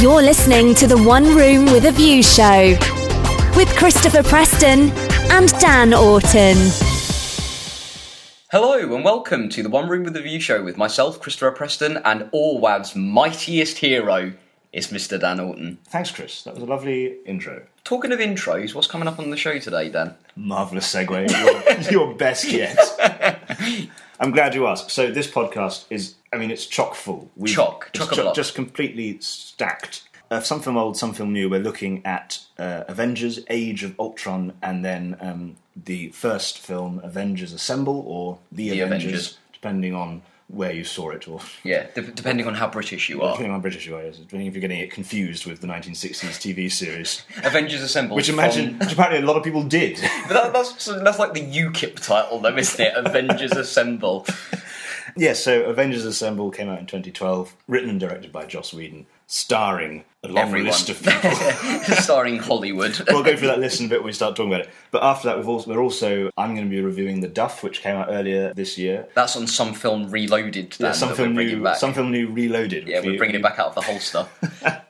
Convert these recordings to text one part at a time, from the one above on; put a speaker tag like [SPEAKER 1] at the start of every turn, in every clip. [SPEAKER 1] You're listening to the One Room with a View show with Christopher Preston and Dan Orton.
[SPEAKER 2] Hello and welcome to the One Room with a View show with myself, Christopher Preston, and Orwad's mightiest hero is Mr. Dan Orton.
[SPEAKER 3] Thanks, Chris. That was a lovely intro.
[SPEAKER 2] Talking of intros, what's coming up on the show today, Dan?
[SPEAKER 3] Marvellous segue. Your, your best yet. I'm glad you asked. So, this podcast is, I mean, it's chock full. We've,
[SPEAKER 2] Chock,
[SPEAKER 3] it's
[SPEAKER 2] chock-a-block.
[SPEAKER 3] Just completely stacked. Uh, some film old, some film new. We're looking at uh, Avengers Age of Ultron and then um, the first film, Avengers Assemble, or The,
[SPEAKER 2] The
[SPEAKER 3] Avengers,
[SPEAKER 2] Avengers.
[SPEAKER 3] depending on where you saw it or
[SPEAKER 2] Yeah, d- depending on how British you are.
[SPEAKER 3] depending on British you are, yes, depending if you're getting it confused with the 1960s TV series.
[SPEAKER 2] Avengers Assemble.
[SPEAKER 3] Which imagine, which apparently a lot of people did.
[SPEAKER 2] But that, that's, that's like the UKIP title, though, isn't it? Avengers Assemble.
[SPEAKER 3] Yes, so Avengers Assemble came out in 2012, written and directed by Joss Whedon, starring a long
[SPEAKER 2] Everyone.
[SPEAKER 3] list of people.
[SPEAKER 2] Starring Hollywood.
[SPEAKER 3] we'll go through that list in a bit when we start talking about it. But after that, we've also, we're also I'm going to be reviewing The Duff, which came out earlier this year.
[SPEAKER 2] That's on some film reloaded. Dan,
[SPEAKER 3] some
[SPEAKER 2] that
[SPEAKER 3] film
[SPEAKER 2] Um, we're bringing
[SPEAKER 3] new,
[SPEAKER 2] back.
[SPEAKER 3] some film new, Reloaded.
[SPEAKER 2] yeah, we're bringing it back out of the holster.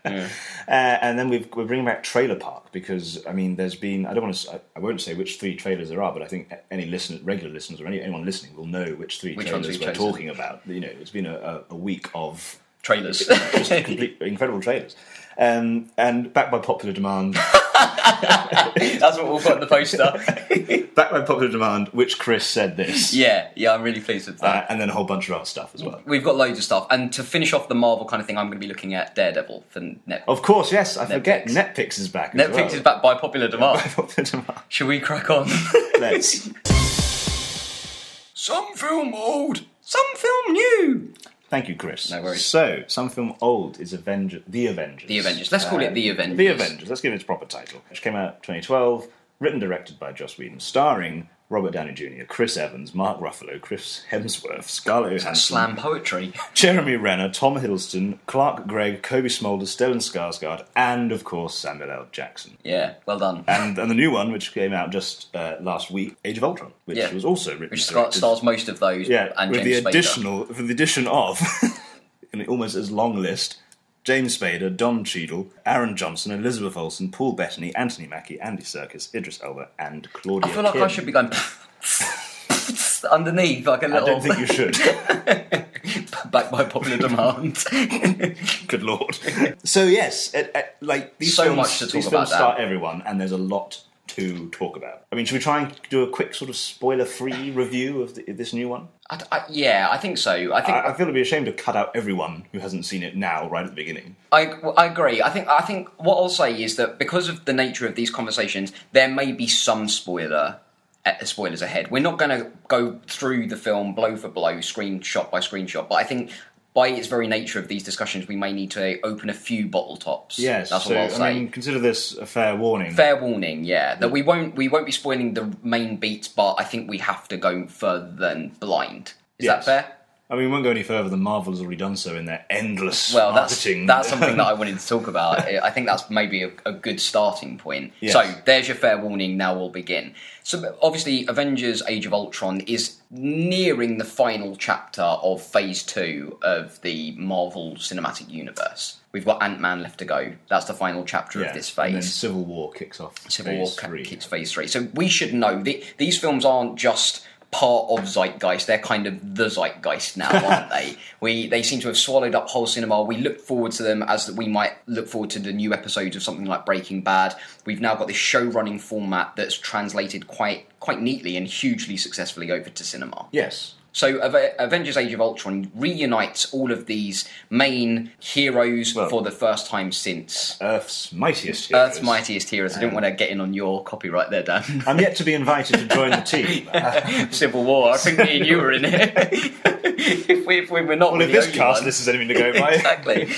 [SPEAKER 3] Uh, and then we've, we're bringing back Trailer Park because I mean, there's been I don't want to I won't say which three trailers there are, but I think any listeners, regular listeners, or any, anyone listening will know which three
[SPEAKER 2] Which ones
[SPEAKER 3] trailers
[SPEAKER 2] we've
[SPEAKER 3] we're
[SPEAKER 2] chosen.
[SPEAKER 3] talking about. You know, it's been a, a, a week of
[SPEAKER 2] Trailers.
[SPEAKER 3] just complete, incredible trailers. Um, and backed by popular demand,
[SPEAKER 2] That's what we'll put on the poster.
[SPEAKER 3] backed by popular demand, which Chris said this,
[SPEAKER 2] yeah, yeah, I'm really pleased with that.
[SPEAKER 3] uh, and then a whole bunch of other stuff as well.
[SPEAKER 2] We've got loads of stuff. And to finish off the Marvel kind of thing, I'm going to be looking at Daredevil for Netflix.
[SPEAKER 3] Of course, yes, I forget
[SPEAKER 2] Netflix.
[SPEAKER 3] Netflix is back.
[SPEAKER 2] Netflix is back by popular demand.
[SPEAKER 3] Popular demand.
[SPEAKER 2] Should we crack on?
[SPEAKER 3] Let's.
[SPEAKER 2] some film old, some film new.
[SPEAKER 3] Thank you, Chris.
[SPEAKER 2] No worries.
[SPEAKER 3] So, some film old is Avenger, The Avengers.
[SPEAKER 2] The Avengers. Let's call it The Avengers.
[SPEAKER 3] Uh, The Avengers. Let's give it its proper title, which came out 2012, written and directed by Joss Whedon, starring Robert Downey Jr., Chris Evans, Mark Ruffalo, Chris Hemsworth, Scarlett Johansson,
[SPEAKER 2] Slam poetry.
[SPEAKER 3] Jeremy Renner, Tom Hiddleston, Clark Gregg, Kobe Smulders, Stellan Skarsgård, and of course Samuel L. Jackson.
[SPEAKER 2] Yeah, well done.
[SPEAKER 3] And, and the new one, which came out just uh, last week, Age of Ultron, which
[SPEAKER 2] Yeah.
[SPEAKER 3] was also written
[SPEAKER 2] Which
[SPEAKER 3] and
[SPEAKER 2] star-
[SPEAKER 3] directed,
[SPEAKER 2] stars most of those.
[SPEAKER 3] yeah,
[SPEAKER 2] and
[SPEAKER 3] with
[SPEAKER 2] James
[SPEAKER 3] the
[SPEAKER 2] Spader.
[SPEAKER 3] additional with the addition of an almost as long list. James Spader, Don Cheadle, Aaron Johnson, Elizabeth Olsen, Paul Bettany, Anthony Mackie, Andy Serkis, Idris Elba, and Claudia.
[SPEAKER 2] I feel like I
[SPEAKER 3] Kim.
[SPEAKER 2] should be going underneath like a
[SPEAKER 3] I
[SPEAKER 2] little
[SPEAKER 3] don't think you should.
[SPEAKER 2] back by popular demand.
[SPEAKER 3] Good lord. so yes, it, it- like these
[SPEAKER 2] So
[SPEAKER 3] films,
[SPEAKER 2] much to talk
[SPEAKER 3] these
[SPEAKER 2] about,
[SPEAKER 3] films start
[SPEAKER 2] Dan.
[SPEAKER 3] everyone, and there's a lot to talk about. I mean, should we try and do a quick sort of spoiler-free review of the, this new one?
[SPEAKER 2] I, I, yeah, I think so. I think
[SPEAKER 3] I, I feel it'd be a shame to cut out everyone who hasn't seen it now, right at the beginning.
[SPEAKER 2] I, I agree. I think I think what I'll say is that because of the nature of these conversations, there may be some spoiler eh, spoilers ahead. We're not going to go through the film blow for blow, screenshot by screenshot. But I think by its very nature of these discussions, we may need to open a few bottle tops.
[SPEAKER 3] Yes,
[SPEAKER 2] that's
[SPEAKER 3] so
[SPEAKER 2] what I'll say.
[SPEAKER 3] I mean, Mm. consider this a fair warning.
[SPEAKER 2] Fair warning, yeah, that we won't we won't be spoiling the main beats, but I think we have to go further than blind. Is that
[SPEAKER 3] Yes.
[SPEAKER 2] fair?
[SPEAKER 3] I mean, we won't go any further than Marvel has already done so in their endless
[SPEAKER 2] Well, that's
[SPEAKER 3] marketing.
[SPEAKER 2] that's something that I wanted to talk about. I I think that's maybe a, a good starting point.
[SPEAKER 3] Yes.
[SPEAKER 2] So there's your fair warning. Now we'll begin. So obviously, Avengers: Age of Ultron is nearing the final chapter of Phase Two of the Marvel Cinematic Universe. We've got Ant Man left to go. That's the final chapter
[SPEAKER 3] Yeah,
[SPEAKER 2] of this
[SPEAKER 3] And then
[SPEAKER 2] phase.
[SPEAKER 3] Civil War kicks off.
[SPEAKER 2] Civil
[SPEAKER 3] phase
[SPEAKER 2] War ca-
[SPEAKER 3] three.
[SPEAKER 2] kicks Phase Three. So we should know that these films aren't just part of zeitgeist they're kind of the zeitgeist now aren't they we they seem to have swallowed up whole cinema we look forward to them as that we might look forward to the new episodes of something like breaking bad we've now got this show running format that's translated quite quite neatly and hugely successfully over to cinema
[SPEAKER 3] Yes.
[SPEAKER 2] so Ave- avengers age of ultron reunites all of these main heroes
[SPEAKER 3] Well-
[SPEAKER 2] for the first time since
[SPEAKER 3] Earth's mightiest heroes.
[SPEAKER 2] Earth's mightiest heroes. I didn't want to get in on your copyright there, Dan.
[SPEAKER 3] I'm yet to be invited to join the team.
[SPEAKER 2] Civil War. I think me and you were in it. if, we, if we were not,
[SPEAKER 3] well,
[SPEAKER 2] we're
[SPEAKER 3] if
[SPEAKER 2] the
[SPEAKER 3] this
[SPEAKER 2] only
[SPEAKER 3] cast
[SPEAKER 2] ones.
[SPEAKER 3] list is anything to go by.
[SPEAKER 2] exactly.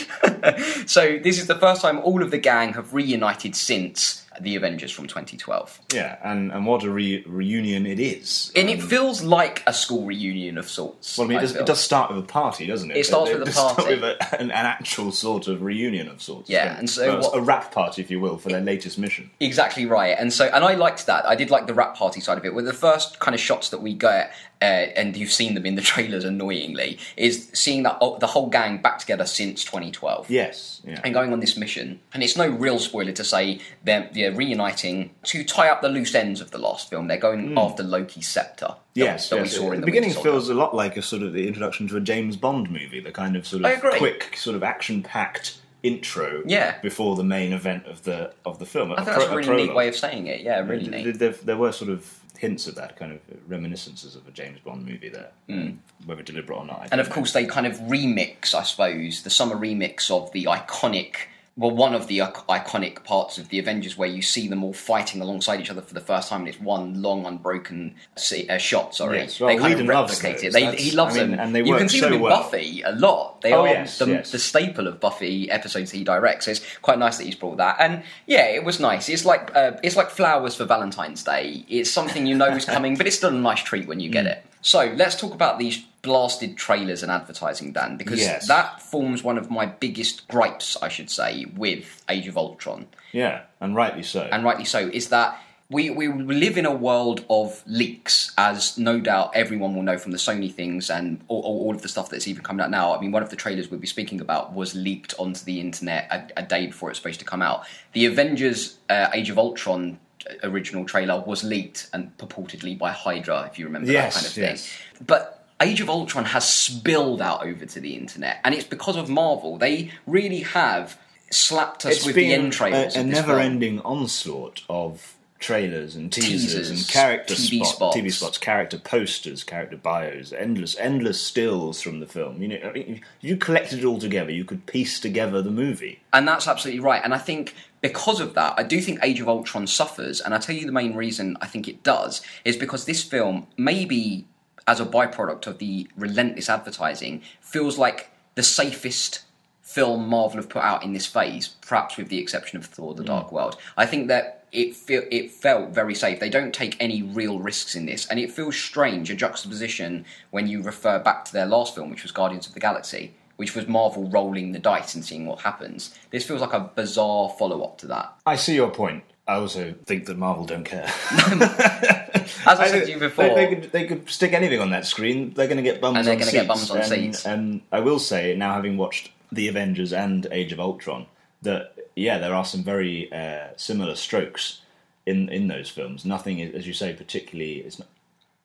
[SPEAKER 2] so this is the first time all of the gang have reunited since the Avengers from 2012,
[SPEAKER 3] Yeah, and, and what a re- reunion it is.
[SPEAKER 2] and it feels like a school reunion of sorts.
[SPEAKER 3] Mm. Well, I mean, it does,
[SPEAKER 2] feel.
[SPEAKER 3] it does start with a party, doesn't it?
[SPEAKER 2] It starts
[SPEAKER 3] They-
[SPEAKER 2] with a
[SPEAKER 3] they start
[SPEAKER 2] party.
[SPEAKER 3] with a- an, an actual sort of reunion of sorts.
[SPEAKER 2] Yeah,
[SPEAKER 3] don't they?
[SPEAKER 2] and so
[SPEAKER 3] Well, it's
[SPEAKER 2] what-
[SPEAKER 3] a rap party, if you will, for their latest mission.
[SPEAKER 2] Exactly right. And so, and I liked that. I did like the rap party side of it. Were the first kind of shots that we get uh, and you've seen them in the trailers annoyingly, is seeing that oh, the whole gang back together since 2012
[SPEAKER 3] Yes. Yeah.
[SPEAKER 2] and going on this mission. And it's no real spoiler to say they're, they're reuniting to tie up the loose ends of the last film. They're going after Loki's scepter.
[SPEAKER 3] Hmm. Yes,
[SPEAKER 2] that, that
[SPEAKER 3] yes.
[SPEAKER 2] we saw in the,
[SPEAKER 3] beginning
[SPEAKER 2] Winter Soldier.
[SPEAKER 3] feels a lot like a sort of the introduction to a James Bond movie, the kind of sort
[SPEAKER 2] I
[SPEAKER 3] of
[SPEAKER 2] agree.
[SPEAKER 3] quick, sort of action-packed intro
[SPEAKER 2] Yeah.
[SPEAKER 3] before the main event of the of the film.
[SPEAKER 2] I think that's a really neat way of saying it. Yeah, really neat.
[SPEAKER 3] There, there- there were sort of hints of that kind of reminiscences of a James Bond movie there, um, whether deliberate or not. I
[SPEAKER 2] Hmm. And
[SPEAKER 3] don't
[SPEAKER 2] of course, they kind of remix, I suppose, the summer remix of the iconic, well, one of the ic- iconic parts of the Avengers where you see them all fighting alongside each other for the first time, and it's one long, unbroken se- uh, shot. Sorry,
[SPEAKER 3] Yes, well,
[SPEAKER 2] they kind
[SPEAKER 3] Whedon
[SPEAKER 2] of
[SPEAKER 3] loves
[SPEAKER 2] replicate
[SPEAKER 3] those.
[SPEAKER 2] it. They,
[SPEAKER 3] That's-
[SPEAKER 2] he loves
[SPEAKER 3] I mean,
[SPEAKER 2] them,
[SPEAKER 3] and they
[SPEAKER 2] you can
[SPEAKER 3] work
[SPEAKER 2] see
[SPEAKER 3] so
[SPEAKER 2] them in
[SPEAKER 3] well.
[SPEAKER 2] Buffy a lot. They
[SPEAKER 3] Oh,
[SPEAKER 2] are
[SPEAKER 3] yes,
[SPEAKER 2] the,
[SPEAKER 3] yes.
[SPEAKER 2] the staple of Buffy episodes he directs. So it's quite nice that he's brought that. And yeah, it was nice. It's like uh, it's like flowers for Valentine's Day. It's something you know is coming, but it's still a nice treat when you get it. So let's talk about these blasted trailers and advertising, Dan, because
[SPEAKER 3] Yes.
[SPEAKER 2] that forms one of my biggest gripes, I should say, with Age of Ultron
[SPEAKER 3] Yeah, and rightly so.
[SPEAKER 2] and rightly so, is that we, we live in a world of leaks, as no doubt everyone will know from the Sony things and all, all, all of the stuff that's even coming out now. I mean, one of the trailers we'll be speaking about was leaked onto the internet a, a day before it's supposed to come out. The Avengers uh, Age of Ultron uh, original trailer was leaked and purportedly by Hydra, if you remember
[SPEAKER 3] Yes,
[SPEAKER 2] that kind of thing.
[SPEAKER 3] yes.
[SPEAKER 2] But Age of Ultron has spilled out over to the internet, and it's because of Marvel. They really have slapped us
[SPEAKER 3] It's
[SPEAKER 2] with the end
[SPEAKER 3] been a-
[SPEAKER 2] trailers.
[SPEAKER 3] a,
[SPEAKER 2] of this film.
[SPEAKER 3] never-ending onslaught of trailers and teasers,
[SPEAKER 2] Teasers,
[SPEAKER 3] and character
[SPEAKER 2] TV
[SPEAKER 3] spot-
[SPEAKER 2] spots.
[SPEAKER 3] TV spots, character posters, character bios, endless, endless stills from the film. You know, I mean, if you collected it all together, you could piece together the movie.
[SPEAKER 2] And that's absolutely right. And I think because of that, I do think Age of Ultron suffers. And I tell you the main reason I think it does is because this film, maybe as a byproduct of the relentless advertising, feels like the safest film Marvel have put out in this phase, perhaps with the exception of Thor: The Dark World. I think that it feel, it felt very safe. They don't take any real risks in this, and it feels strange a juxtaposition when you refer back to their last film, which was Guardians of the Galaxy, which was Marvel rolling the dice and seeing what happens. This feels like a bizarre follow up to that.
[SPEAKER 3] I see your point. I also think that Marvel don't care.
[SPEAKER 2] As I, said to you before,
[SPEAKER 3] They, they could, they could stick anything on that screen. They're going to get bums
[SPEAKER 2] And they're
[SPEAKER 3] on
[SPEAKER 2] gonna
[SPEAKER 3] seats.
[SPEAKER 2] get bums on
[SPEAKER 3] and,
[SPEAKER 2] seats.
[SPEAKER 3] And I will say, now having watched The Avengers and Age of Ultron, that yeah, there are some very uh, similar strokes in in those films. Nothing, is, as you say, particularly. It's not,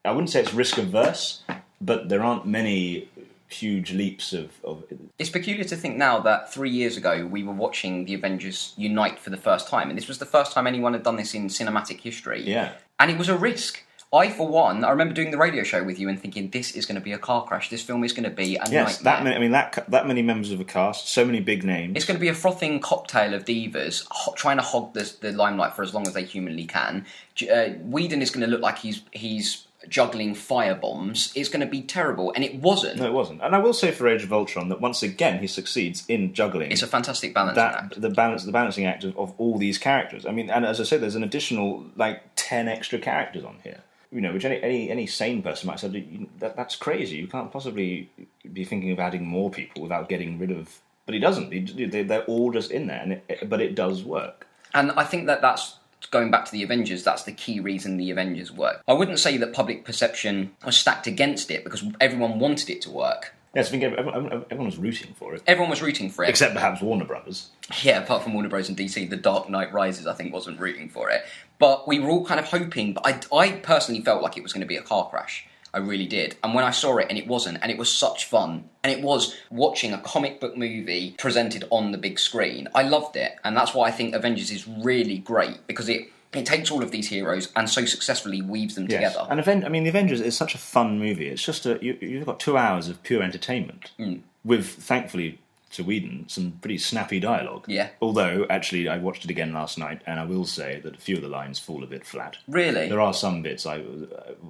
[SPEAKER 3] I wouldn't say it's risk averse, but there aren't many huge leaps of, of
[SPEAKER 2] It's peculiar to think now that three years ago we were watching the Avengers unite for the first time, and this was the first time anyone had done this in cinematic history.
[SPEAKER 3] Yeah.
[SPEAKER 2] And it was a risk. I, for one, I remember doing the radio show with you and thinking, this is going to be a car crash. This film is going to be a nightmare.
[SPEAKER 3] yes. That many, I mean, that ca- that many members of a cast, so many big names.
[SPEAKER 2] It's going to be a frothing cocktail of divas ho- trying to hog the, the limelight for as long as they humanly can. J- Uh, Whedon is going to look like he's he's juggling fire bombs. It's going to be terrible, and it wasn't.
[SPEAKER 3] No, it wasn't. And I will say for Age of Ultron that once again he succeeds in juggling.
[SPEAKER 2] It's a fantastic balance
[SPEAKER 3] that
[SPEAKER 2] act.
[SPEAKER 3] the balance the balancing act of, of all these characters. I mean, and as I said, there's an additional like ten extra characters on here. You know, which any any, any sane person might say "You- that that's crazy. You can't possibly be thinking of adding more people without getting rid of. But he doesn't. He, they, they're all just in there, and it, but it does work.
[SPEAKER 2] And I think that that's going back to the Avengers. That's the key reason the Avengers work. I wouldn't say that public perception was stacked against it because everyone wanted it to work.
[SPEAKER 3] Yes, I think everyone, everyone everyone was rooting for it,
[SPEAKER 2] Everyone was rooting for it.
[SPEAKER 3] except perhaps Warner Brothers.
[SPEAKER 2] yeah, apart from Warner Bros. and DC, The Dark Knight Rises, I think, wasn't rooting for it. But we were all kind of hoping. But I, I personally felt like it was going to be a car crash. I really did. And when I saw it, and it wasn't, and it was such fun, and it was watching a comic book movie presented on the big screen. I loved it, and that's why I think Avengers is really great because it it takes all of these heroes and so successfully weaves them
[SPEAKER 3] Yes.
[SPEAKER 2] together.
[SPEAKER 3] And Aven- I mean, The Avengers is such a fun movie. It's just a you, you've got two hours of pure entertainment
[SPEAKER 2] Mm.
[SPEAKER 3] with, thankfully, to Whedon, some pretty snappy dialogue.
[SPEAKER 2] Yeah.
[SPEAKER 3] Although, actually, I watched it again last night, and I will say that a few of the lines fall a bit flat.
[SPEAKER 2] Really?
[SPEAKER 3] There are some bits I uh,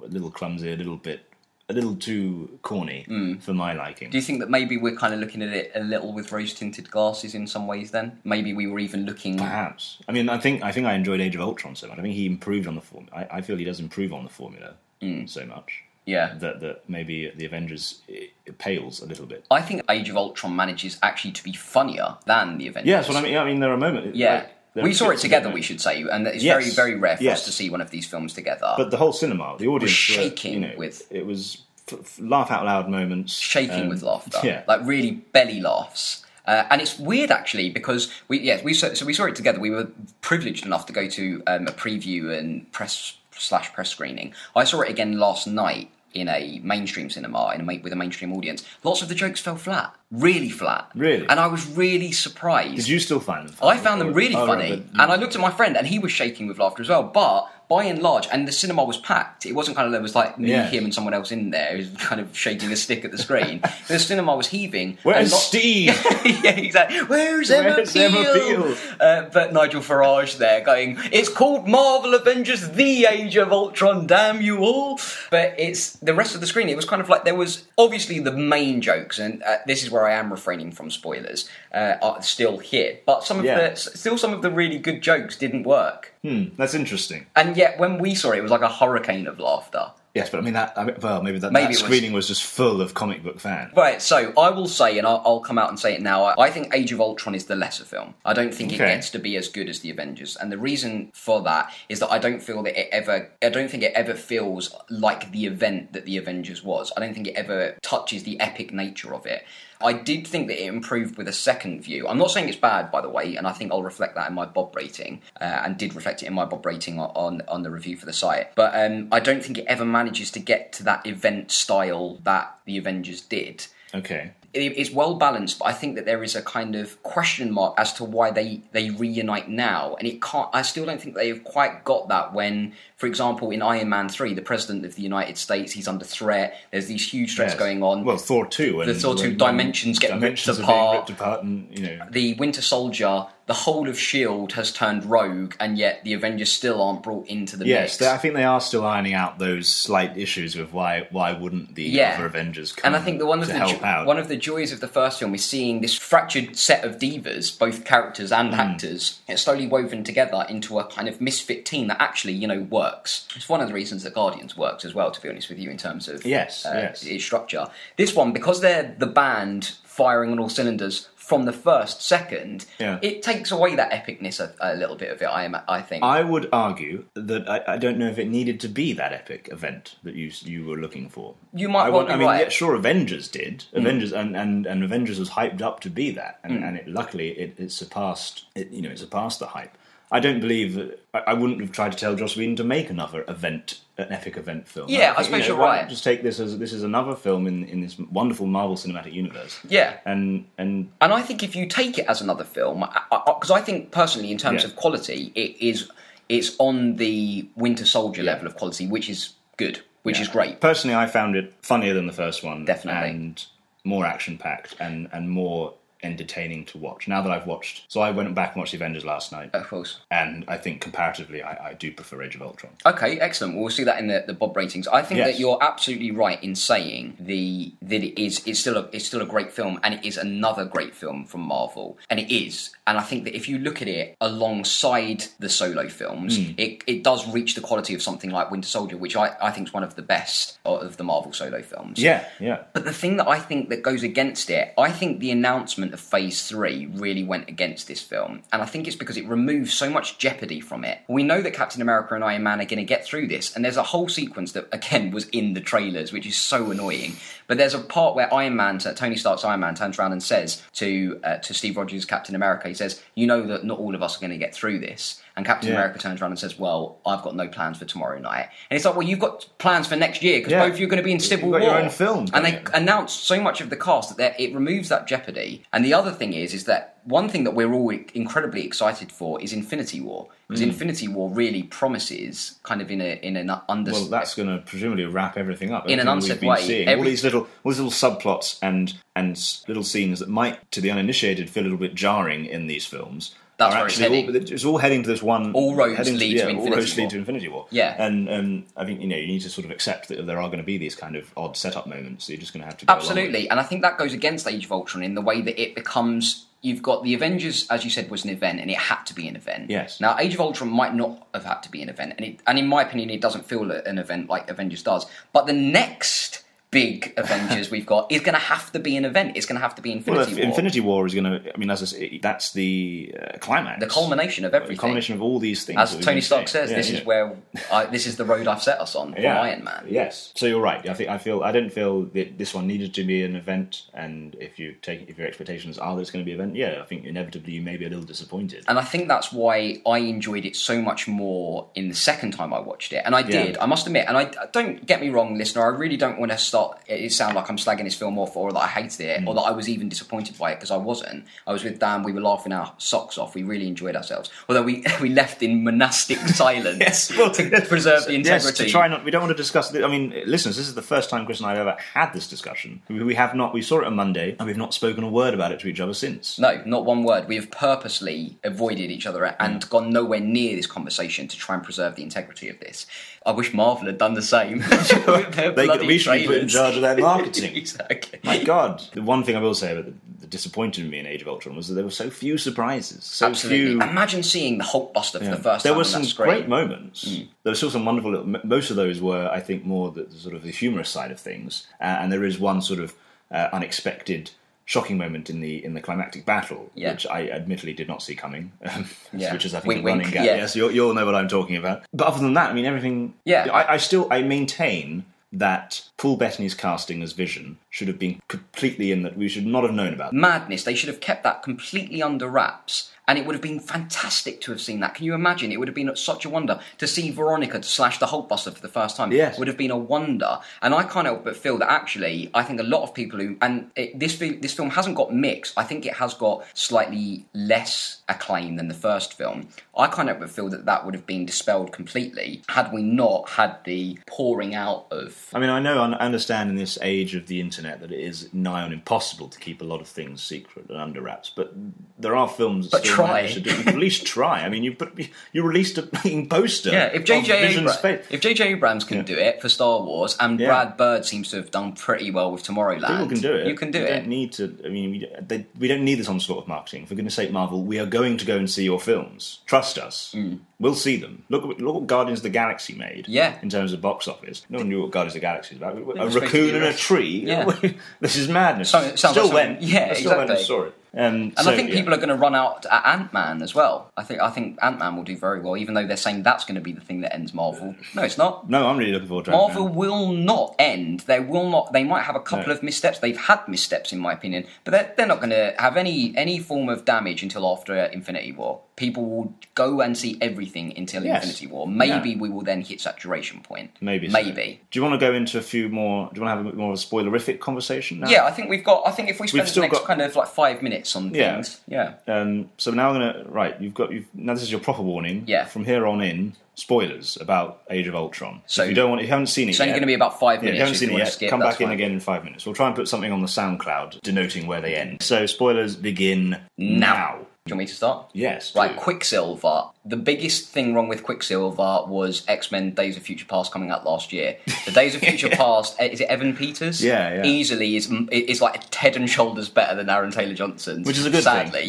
[SPEAKER 3] a little clumsy, a little bit, a little too corny for my liking.
[SPEAKER 2] Mm. Do you think that maybe we're kind of looking at it a little with rose tinted glasses in some ways then? Maybe we were even looking
[SPEAKER 3] Perhaps. I mean, I think I think I enjoyed Age of Ultron so much. I think he improved on the formula. I, I feel he does improve on the formula
[SPEAKER 2] Mm.
[SPEAKER 3] so much.
[SPEAKER 2] Yeah.
[SPEAKER 3] That that maybe the Avengers it, it pales a little bit.
[SPEAKER 2] I think Age of Ultron manages actually to be funnier than the Avengers.
[SPEAKER 3] Yeah, that's what I mean. Yeah, I mean, there are moments.
[SPEAKER 2] Yeah.
[SPEAKER 3] like, there
[SPEAKER 2] we
[SPEAKER 3] are
[SPEAKER 2] saw it
[SPEAKER 3] bits of
[SPEAKER 2] together,
[SPEAKER 3] moment-
[SPEAKER 2] we should say, and it's
[SPEAKER 3] Yes.
[SPEAKER 2] very, very rare for
[SPEAKER 3] Yes.
[SPEAKER 2] us to see one of these films together.
[SPEAKER 3] But the whole cinema, the audience were,
[SPEAKER 2] shaking
[SPEAKER 3] you know,
[SPEAKER 2] with-
[SPEAKER 3] It was f- f- laugh out loud moments,
[SPEAKER 2] shaking
[SPEAKER 3] um,
[SPEAKER 2] with laughter,
[SPEAKER 3] Yeah,
[SPEAKER 2] like really belly laughs. Uh, and it's weird actually because we yes we saw, so we saw it together. We were privileged enough to go to um, a preview and press slash press screening. I saw it again last night in a mainstream cinema in a, ma- with a mainstream audience. Lots of the jokes fell flat, really flat,
[SPEAKER 3] Really?
[SPEAKER 2] and I was really surprised.
[SPEAKER 3] did you still find them? Funny?
[SPEAKER 2] I found them
[SPEAKER 3] Or-
[SPEAKER 2] really
[SPEAKER 3] oh, right,
[SPEAKER 2] funny,
[SPEAKER 3] but-
[SPEAKER 2] and I looked at my friend, and he was shaking with laughter as well. But by and large, and the cinema was packed. It wasn't kind of there was like me,
[SPEAKER 3] Yeah.
[SPEAKER 2] him, and someone else in there who's kind of shaking a stick at the screen. the cinema was heaving.
[SPEAKER 3] Where's
[SPEAKER 2] and lo-
[SPEAKER 3] Steve?
[SPEAKER 2] yeah, exactly. Where's Emma
[SPEAKER 3] Where's
[SPEAKER 2] Peel?
[SPEAKER 3] Emma Peel?
[SPEAKER 2] Uh, but Nigel Farage there going, it's called Marvel Avengers: The Age of Ultron. Damn you all! But it's the rest of the screen. It was kind of like there was obviously the main jokes, and uh, this is where I am refraining from spoilers. Uh, are still here, but some of
[SPEAKER 3] Yeah.
[SPEAKER 2] the still some of the really good jokes didn't work.
[SPEAKER 3] Hmm, that's interesting.
[SPEAKER 2] And yet, when we saw it, it was like a hurricane of laughter.
[SPEAKER 3] Yes, but I mean that. I mean, well, maybe that,
[SPEAKER 2] Maybe
[SPEAKER 3] that
[SPEAKER 2] it was-
[SPEAKER 3] screening was. just full of comic book fans.
[SPEAKER 2] Right, so I will say, and I'll, I'll come out and say it now. I, I think Age of Ultron is the lesser film. I don't think it
[SPEAKER 3] Okay.
[SPEAKER 2] gets to be as good as the Avengers, and the reason for that is that I don't feel that it ever. I don't think it ever feels like the event that the Avengers was. I don't think it ever touches the epic nature of it. I did think that it improved with a second view. I'm not saying it's bad, by the way, and I think I'll reflect that in my Bob rating, uh, and did reflect it in my Bob rating on on, on the review for the site. But um, I don't think it ever manages to get to that event style that the Avengers did
[SPEAKER 3] Okay,
[SPEAKER 2] it is well balanced, but I think that there is a kind of question mark as to why they they reunite now, and it can't. I still don't think they have quite got that. When, for example, in Iron Man three, the president of the United States he's under threat. There's these huge threats
[SPEAKER 3] Yes.
[SPEAKER 2] going on.
[SPEAKER 3] Well, Thor two. When,
[SPEAKER 2] The Thor 2
[SPEAKER 3] when-
[SPEAKER 2] dimensions get ripped
[SPEAKER 3] dimensions are
[SPEAKER 2] apart.
[SPEAKER 3] Being ripped apart, and you know,
[SPEAKER 2] the Winter Soldier, the whole of Shield E has turned rogue, and yet the Avengers still aren't brought into the
[SPEAKER 3] yes,
[SPEAKER 2] mix.
[SPEAKER 3] they, I think they are still ironing out those slight issues with why why wouldn't the
[SPEAKER 2] Yeah.
[SPEAKER 3] other Avengers come?
[SPEAKER 2] and I think that one of
[SPEAKER 3] to
[SPEAKER 2] the
[SPEAKER 3] help
[SPEAKER 2] jo-
[SPEAKER 3] out.
[SPEAKER 2] one of the joys of the first film is seeing this fractured set of divas, both characters and
[SPEAKER 3] Hmm.
[SPEAKER 2] actors, it's slowly woven together into a kind of misfit team that actually you know works. It's one of the reasons that Guardians works as well, to be honest with you, in terms of
[SPEAKER 3] Yes,
[SPEAKER 2] uh,
[SPEAKER 3] yes.
[SPEAKER 2] its structure. This one because they're the band firing on all cylinders. From the first second,
[SPEAKER 3] Yeah.
[SPEAKER 2] it takes away that epicness a, a little bit of it. I am, I think.
[SPEAKER 3] I would argue that I, I don't know if it needed to be that epic event that you you were looking for.
[SPEAKER 2] You might
[SPEAKER 3] I
[SPEAKER 2] well
[SPEAKER 3] want-
[SPEAKER 2] be
[SPEAKER 3] I mean,
[SPEAKER 2] right.
[SPEAKER 3] yeah, sure, Avengers did.
[SPEAKER 2] Mm.
[SPEAKER 3] Avengers and, and, and Avengers was hyped up to be that, and, and it luckily it, it surpassed it, you know it surpassed the hype. I don't believe that, I, I wouldn't have tried to tell Joss Whedon to make another event, an epic event film.
[SPEAKER 2] Yeah,
[SPEAKER 3] Like,
[SPEAKER 2] I suppose
[SPEAKER 3] you know,
[SPEAKER 2] you're
[SPEAKER 3] why
[SPEAKER 2] right.
[SPEAKER 3] not Just take this as this is another film in, in this wonderful Marvel Cinematic Universe.
[SPEAKER 2] Yeah.
[SPEAKER 3] and and
[SPEAKER 2] And I think if you take it as another film, because I, think personally, in terms
[SPEAKER 3] Yeah.
[SPEAKER 2] of quality, it is it's on the Winter Soldier level of quality, which is good, which is great.
[SPEAKER 3] personally, I found it funnier than the first one,
[SPEAKER 2] Definitely.
[SPEAKER 3] and more action packed and and more entertaining to watch. Now that I've watched, so I went back and watched the Avengers last night,
[SPEAKER 2] Of course.
[SPEAKER 3] and I think comparatively, I, I do prefer Age of Ultron.
[SPEAKER 2] Okay, excellent. Well, we'll see that in the, the Bob ratings. I think
[SPEAKER 3] Yes.
[SPEAKER 2] that you're absolutely right in saying the that it is it's still a it's still a great film and it is another great film from Marvel. And it is. And I think that if you look at it alongside the solo films,
[SPEAKER 3] Hmm.
[SPEAKER 2] it, it does reach the quality of something like Winter Soldier, which I, I think is one of the best of the Marvel solo films.
[SPEAKER 3] Yeah, yeah.
[SPEAKER 2] But the thing that I think that goes against it, I think the announcement of Phase 3 really went against this film. And I think it's because it removes so much jeopardy from it. We know that Captain America and Iron Man are going to get through this, and there's a whole sequence that, again, was in the trailers, which is so annoying. But there's a part where Iron Man, uh, Tony Stark's Iron Man, turns around and says to, uh, to Steve Rogers, Captain America, he says, You know that not all of us are going to get through this. And Captain
[SPEAKER 3] Yeah.
[SPEAKER 2] America turns around and says, Well, I've got no plans for tomorrow night. And it's like, Well, you've got plans for next year because
[SPEAKER 3] Yeah.
[SPEAKER 2] both of you are going to be in Civil
[SPEAKER 3] got
[SPEAKER 2] War.
[SPEAKER 3] your own film,
[SPEAKER 2] And
[SPEAKER 3] don't
[SPEAKER 2] they
[SPEAKER 3] you?
[SPEAKER 2] announced so much of the cast that there- it removes that jeopardy. And the other thing is, is that one thing that we're all incredibly excited for is Infinity War because
[SPEAKER 3] Mm.
[SPEAKER 2] Infinity War really promises, kind of in a in an under.
[SPEAKER 3] Well, that's going to presumably wrap everything up.
[SPEAKER 2] In an
[SPEAKER 3] Everything
[SPEAKER 2] unsaid
[SPEAKER 3] we've been
[SPEAKER 2] way,
[SPEAKER 3] seeing.
[SPEAKER 2] every-
[SPEAKER 3] all these little, all these little subplots and and s- little scenes that might, to the uninitiated, feel a little bit jarring in these films.
[SPEAKER 2] That's
[SPEAKER 3] are
[SPEAKER 2] where it's
[SPEAKER 3] actually all-
[SPEAKER 2] heading.
[SPEAKER 3] it's all heading to this one.
[SPEAKER 2] All roads
[SPEAKER 3] heading
[SPEAKER 2] lead
[SPEAKER 3] yeah,
[SPEAKER 2] to
[SPEAKER 3] All
[SPEAKER 2] Infinity
[SPEAKER 3] roads
[SPEAKER 2] War.
[SPEAKER 3] lead to Infinity War.
[SPEAKER 2] Yeah.
[SPEAKER 3] and um, I think you know you need to sort of accept that there are going to be these kind of odd setup moments. So you're just going to have to go along with it.
[SPEAKER 2] Absolutely, and I think that goes against Age of Ultron in the way that it becomes. You've got the Avengers, as you said, was an event, and it had to be an event.
[SPEAKER 3] Yes.
[SPEAKER 2] Now, Age of Ultron might not have had to be an event, and it, and in my opinion, it doesn't feel a- an event like Avengers does. But the next big Avengers we've got is going to have to be an event. It's going to have to be
[SPEAKER 3] Well,
[SPEAKER 2] Infinity
[SPEAKER 3] if
[SPEAKER 2] War.
[SPEAKER 3] Infinity War is going to. I mean, that's that's the uh, climax,
[SPEAKER 2] the culmination of
[SPEAKER 3] the
[SPEAKER 2] everything.
[SPEAKER 3] culmination of all these things.
[SPEAKER 2] As
[SPEAKER 3] that we've
[SPEAKER 2] Tony
[SPEAKER 3] been
[SPEAKER 2] Stark
[SPEAKER 3] saying.
[SPEAKER 2] says,
[SPEAKER 3] Yeah,
[SPEAKER 2] this
[SPEAKER 3] yeah.
[SPEAKER 2] is where I, this is the road I've set us on for
[SPEAKER 3] Yeah.
[SPEAKER 2] Iron Man.
[SPEAKER 3] Yes. So you're right. I think I feel I didn't feel that this one needed to be an event. And if you take if your expectations are that it's going to be an event, yeah, I think inevitably you may be a little disappointed.
[SPEAKER 2] And I think that's why I enjoyed it so much more in the second time I watched it. And I
[SPEAKER 3] Yeah.
[SPEAKER 2] did, I must admit. And I don't get me wrong, listener. I really don't want to start. It sound like I'm slagging this film off, or that I hated it,
[SPEAKER 3] Mm.
[SPEAKER 2] or that I was even disappointed by it because I wasn't. I was with Dan. We were laughing our socks off. We really enjoyed ourselves. Although we we left in monastic silence to preserve the integrity.
[SPEAKER 3] Yes, to try not. We don't want to discuss. thi- I mean, listeners, this is the first time Chris and I have ever had this discussion. We we have not. We saw it on Monday, and we've not spoken a word about it to each other since.
[SPEAKER 2] No, not one word. We have purposely avoided each other and gone nowhere near this conversation to try and preserve the integrity of this. I wish Marvel had done the same.
[SPEAKER 3] They,
[SPEAKER 2] they,
[SPEAKER 3] we should be put in charge of their marketing.
[SPEAKER 2] exactly.
[SPEAKER 3] My God, the one thing I will say about the, the disappointed me in Age of Ultron was that there were so few surprises, so
[SPEAKER 2] Absolutely.
[SPEAKER 3] few
[SPEAKER 2] Imagine seeing the Hulkbuster for the first
[SPEAKER 3] there
[SPEAKER 2] time
[SPEAKER 3] were
[SPEAKER 2] on
[SPEAKER 3] some
[SPEAKER 2] that screen. Mm.
[SPEAKER 3] great moments. There were still some wonderful. Little, m- most of those were, I think, more the, the sort of the humorous side of things. Uh, and there is one sort of uh, unexpected, shocking moment in the in the climactic battle,
[SPEAKER 2] Yeah.
[SPEAKER 3] which I admittedly did not see coming. Um,
[SPEAKER 2] Yeah.
[SPEAKER 3] Which is, I think,
[SPEAKER 2] Wink,
[SPEAKER 3] a
[SPEAKER 2] wink.
[SPEAKER 3] running gag.
[SPEAKER 2] Yeah.
[SPEAKER 3] Yes, you, you all know what I'm talking about. But other than that, I mean, everything.
[SPEAKER 2] Yeah.
[SPEAKER 3] I, I still I maintain. That Paul Bettany's casting as Vision should have been completely in that we should not have known about.
[SPEAKER 2] Madness. They should have kept that completely under wraps. And it would have been fantastic to have seen that. Can you imagine? It would have been such a wonder to see Veronica slash the Hulkbuster for the first time.
[SPEAKER 3] Yes.
[SPEAKER 2] would have been a wonder. And I can't help but feel that actually, I think a lot of people who and it, this fi- this film hasn't got mixed. I think it has got slightly less acclaim than the first film. I can't help but feel that that would have been dispelled completely had we not had the pouring out of
[SPEAKER 3] I mean, I know, I understand in this age of the internet that it is nigh on impossible to keep a lot of things secret and under wraps. But there are films. But
[SPEAKER 2] try.
[SPEAKER 3] To do, at least try. I mean, you put you released a fucking poster.
[SPEAKER 2] Yeah, if
[SPEAKER 3] of
[SPEAKER 2] JJ
[SPEAKER 3] Vision's
[SPEAKER 2] Abra-
[SPEAKER 3] face.
[SPEAKER 2] if JJ Abrams can do it for Star Wars, and
[SPEAKER 3] Yeah.
[SPEAKER 2] Brad Bird seems to have done pretty well with Tomorrowland,
[SPEAKER 3] People can do it.
[SPEAKER 2] You can do
[SPEAKER 3] we
[SPEAKER 2] it.
[SPEAKER 3] Don't need to. I mean, we don't, they, we don't need this onslaught of marketing. For goodness' sake, Marvel, we are going to go and see your films. Trust us. We'll see them. Look, at- look what Guardians of the Galaxy made.
[SPEAKER 2] Mm. Yeah.
[SPEAKER 3] In terms of box office, no one knew what Guardians of the Galaxy is about. A
[SPEAKER 2] was supposed to
[SPEAKER 3] raccoon
[SPEAKER 2] be
[SPEAKER 3] and a
[SPEAKER 2] racist.
[SPEAKER 3] tree.
[SPEAKER 2] Yeah.
[SPEAKER 3] this is madness.
[SPEAKER 2] So- it sounds
[SPEAKER 3] still
[SPEAKER 2] like
[SPEAKER 3] went.
[SPEAKER 2] something- yeah,
[SPEAKER 3] I still went
[SPEAKER 2] exactly.
[SPEAKER 3] and saw it. Um,
[SPEAKER 2] and I think people are going to run out at Ant Man as well. I think I think Ant Man will do very well, even though they're saying that's going to be the thing that ends Marvel. No, it's not.
[SPEAKER 3] No, I'm really looking forward to Ant-Man.
[SPEAKER 2] Marvel will not end. They will not. They might have a couple of missteps. They've had missteps, in my opinion, but they're, they're not going to have any any form of damage until after Infinity War. People will go and see everything until
[SPEAKER 3] Yes.
[SPEAKER 2] Infinity War. Maybe
[SPEAKER 3] Yeah.
[SPEAKER 2] we will then hit saturation point.
[SPEAKER 3] Maybe. so.
[SPEAKER 2] Maybe.
[SPEAKER 3] Do you want to go into a few more? Do you want to have a bit more of a spoilerific conversation now?
[SPEAKER 2] Yeah, I think we've got. I think if we spend the
[SPEAKER 3] still
[SPEAKER 2] next
[SPEAKER 3] got-
[SPEAKER 2] kind of like five minutes on
[SPEAKER 3] Yeah.
[SPEAKER 2] things, yeah,
[SPEAKER 3] Um, so now I'm gonna right. You've got you've now. This is your proper warning.
[SPEAKER 2] Yeah.
[SPEAKER 3] From here on in, spoilers about Age of Ultron.
[SPEAKER 2] So-
[SPEAKER 3] So if you don't want, if you haven't seen it.
[SPEAKER 2] it's only
[SPEAKER 3] yet-
[SPEAKER 2] going to be about five
[SPEAKER 3] Yeah, if
[SPEAKER 2] minutes.
[SPEAKER 3] you haven't
[SPEAKER 2] if
[SPEAKER 3] seen it
[SPEAKER 2] wanna
[SPEAKER 3] yet,
[SPEAKER 2] skip,
[SPEAKER 3] come
[SPEAKER 2] that's
[SPEAKER 3] back in
[SPEAKER 2] fine.
[SPEAKER 3] again in five minutes. We'll try and put something on the SoundCloud denoting where they end. So spoilers begin now.
[SPEAKER 2] Do you want me to start?
[SPEAKER 3] Yes.
[SPEAKER 2] Right,
[SPEAKER 3] do.
[SPEAKER 2] Quicksilver. The biggest thing wrong with Quicksilver was X Men Days of Future Past coming out last year. The Days of Future Past eh, is it Evan Peters?
[SPEAKER 3] Yeah, yeah.
[SPEAKER 2] Easily is is like head and shoulders better than Aaron Taylor Johnson's,
[SPEAKER 3] Which is a good thing,
[SPEAKER 2] Sadly,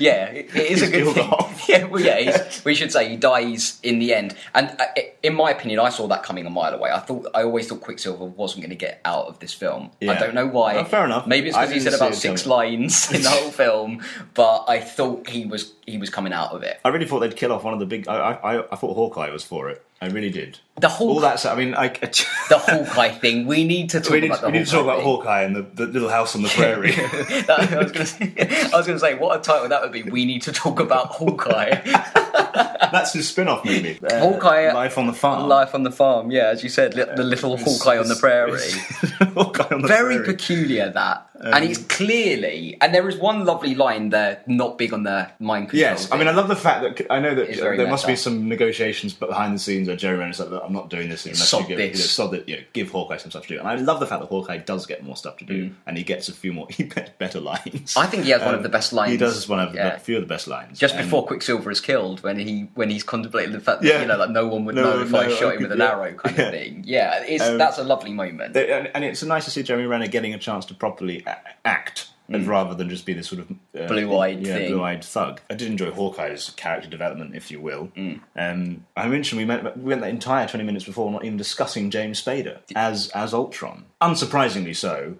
[SPEAKER 2] yeah, yeah, it, it is a
[SPEAKER 3] he's
[SPEAKER 2] good
[SPEAKER 3] killed
[SPEAKER 2] thing.
[SPEAKER 3] off.
[SPEAKER 2] Yeah, well, yeah, he's, we should say he dies in the end. And uh, i- in my opinion, I saw that coming a mile away. I thought I always thought Quicksilver wasn't going to get out of this film. I
[SPEAKER 3] Yeah.
[SPEAKER 2] don't know why.
[SPEAKER 3] Well, fair enough.
[SPEAKER 2] Maybe it's
[SPEAKER 3] I
[SPEAKER 2] because he
[SPEAKER 3] didn't
[SPEAKER 2] said about
[SPEAKER 3] see it
[SPEAKER 2] six
[SPEAKER 3] coming.
[SPEAKER 2] lines in the whole film, but I thought he was he was coming out of it.
[SPEAKER 3] I really thought they'd kill off one of the big. I I, I- I thought Hawkeye was for it. I really did.
[SPEAKER 2] The Hawkeye-
[SPEAKER 3] All that. stuff- I mean, I.
[SPEAKER 2] the Hawkeye thing. We need to talk
[SPEAKER 3] we need,
[SPEAKER 2] about the
[SPEAKER 3] we need to talk about
[SPEAKER 2] Hawkeye.
[SPEAKER 3] Hawkeye and the, the little house on the prairie.
[SPEAKER 2] thing. That- I was going to say, I was going to say, what a title that would be. We need to talk about Hawkeye.
[SPEAKER 3] That's his spin-off movie. Uh,
[SPEAKER 2] Hawkeye-
[SPEAKER 3] Life on the Farm.
[SPEAKER 2] Life on the farm, yeah, as you said, li- the little Hawkeye on the prairie.
[SPEAKER 3] Hawkeye on the
[SPEAKER 2] Very
[SPEAKER 3] prairie. Um,
[SPEAKER 2] peculiar that, and it's clearly, and there is one lovely line there, not big on their mind control.
[SPEAKER 3] Yes, I mean, I
[SPEAKER 2] thing.
[SPEAKER 3] love the fact that I know that
[SPEAKER 2] It's
[SPEAKER 3] uh,
[SPEAKER 2] very
[SPEAKER 3] there must
[SPEAKER 2] meta.
[SPEAKER 3] be some negotiations behind the scenes where Jerry Renner's like, "Look, I'm not doing this unless
[SPEAKER 2] Sod
[SPEAKER 3] you give,
[SPEAKER 2] this.
[SPEAKER 3] You know, sod that, you know, give Hawkeye some stuff to do. And I love the fact that Hawkeye does get more stuff to do, and he gets a few more, he gets better lines.
[SPEAKER 2] Mm. I think he has one
[SPEAKER 3] Um,
[SPEAKER 2] of the best lines.
[SPEAKER 3] He does one of the
[SPEAKER 2] yeah.
[SPEAKER 3] a few of the best lines.
[SPEAKER 2] Just
[SPEAKER 3] And-
[SPEAKER 2] before Quicksilver is killed, when he when he's contemplating the fact that
[SPEAKER 3] Yeah.
[SPEAKER 2] you know like no one would
[SPEAKER 3] No,
[SPEAKER 2] know if I
[SPEAKER 3] no,
[SPEAKER 2] shot
[SPEAKER 3] I
[SPEAKER 2] him with
[SPEAKER 3] could-
[SPEAKER 2] an
[SPEAKER 3] yeah.
[SPEAKER 2] arrow kind of
[SPEAKER 3] Yeah.
[SPEAKER 2] thing. Yeah, it's,
[SPEAKER 3] Um,
[SPEAKER 2] that's a lovely moment.
[SPEAKER 3] and, and it's nice to see Jeremy Renner getting a chance to properly a- act and rather than just be this sort of uh,
[SPEAKER 2] Mm. Blue-eyed
[SPEAKER 3] yeah,
[SPEAKER 2] thing.
[SPEAKER 3] blue-eyed thug. I did enjoy Hawkeye's character development, if you will.
[SPEAKER 2] Mm.
[SPEAKER 3] Um, I mentioned we went, we went that entire twenty minutes before not even discussing James Spader as as Ultron. Unsurprisingly, so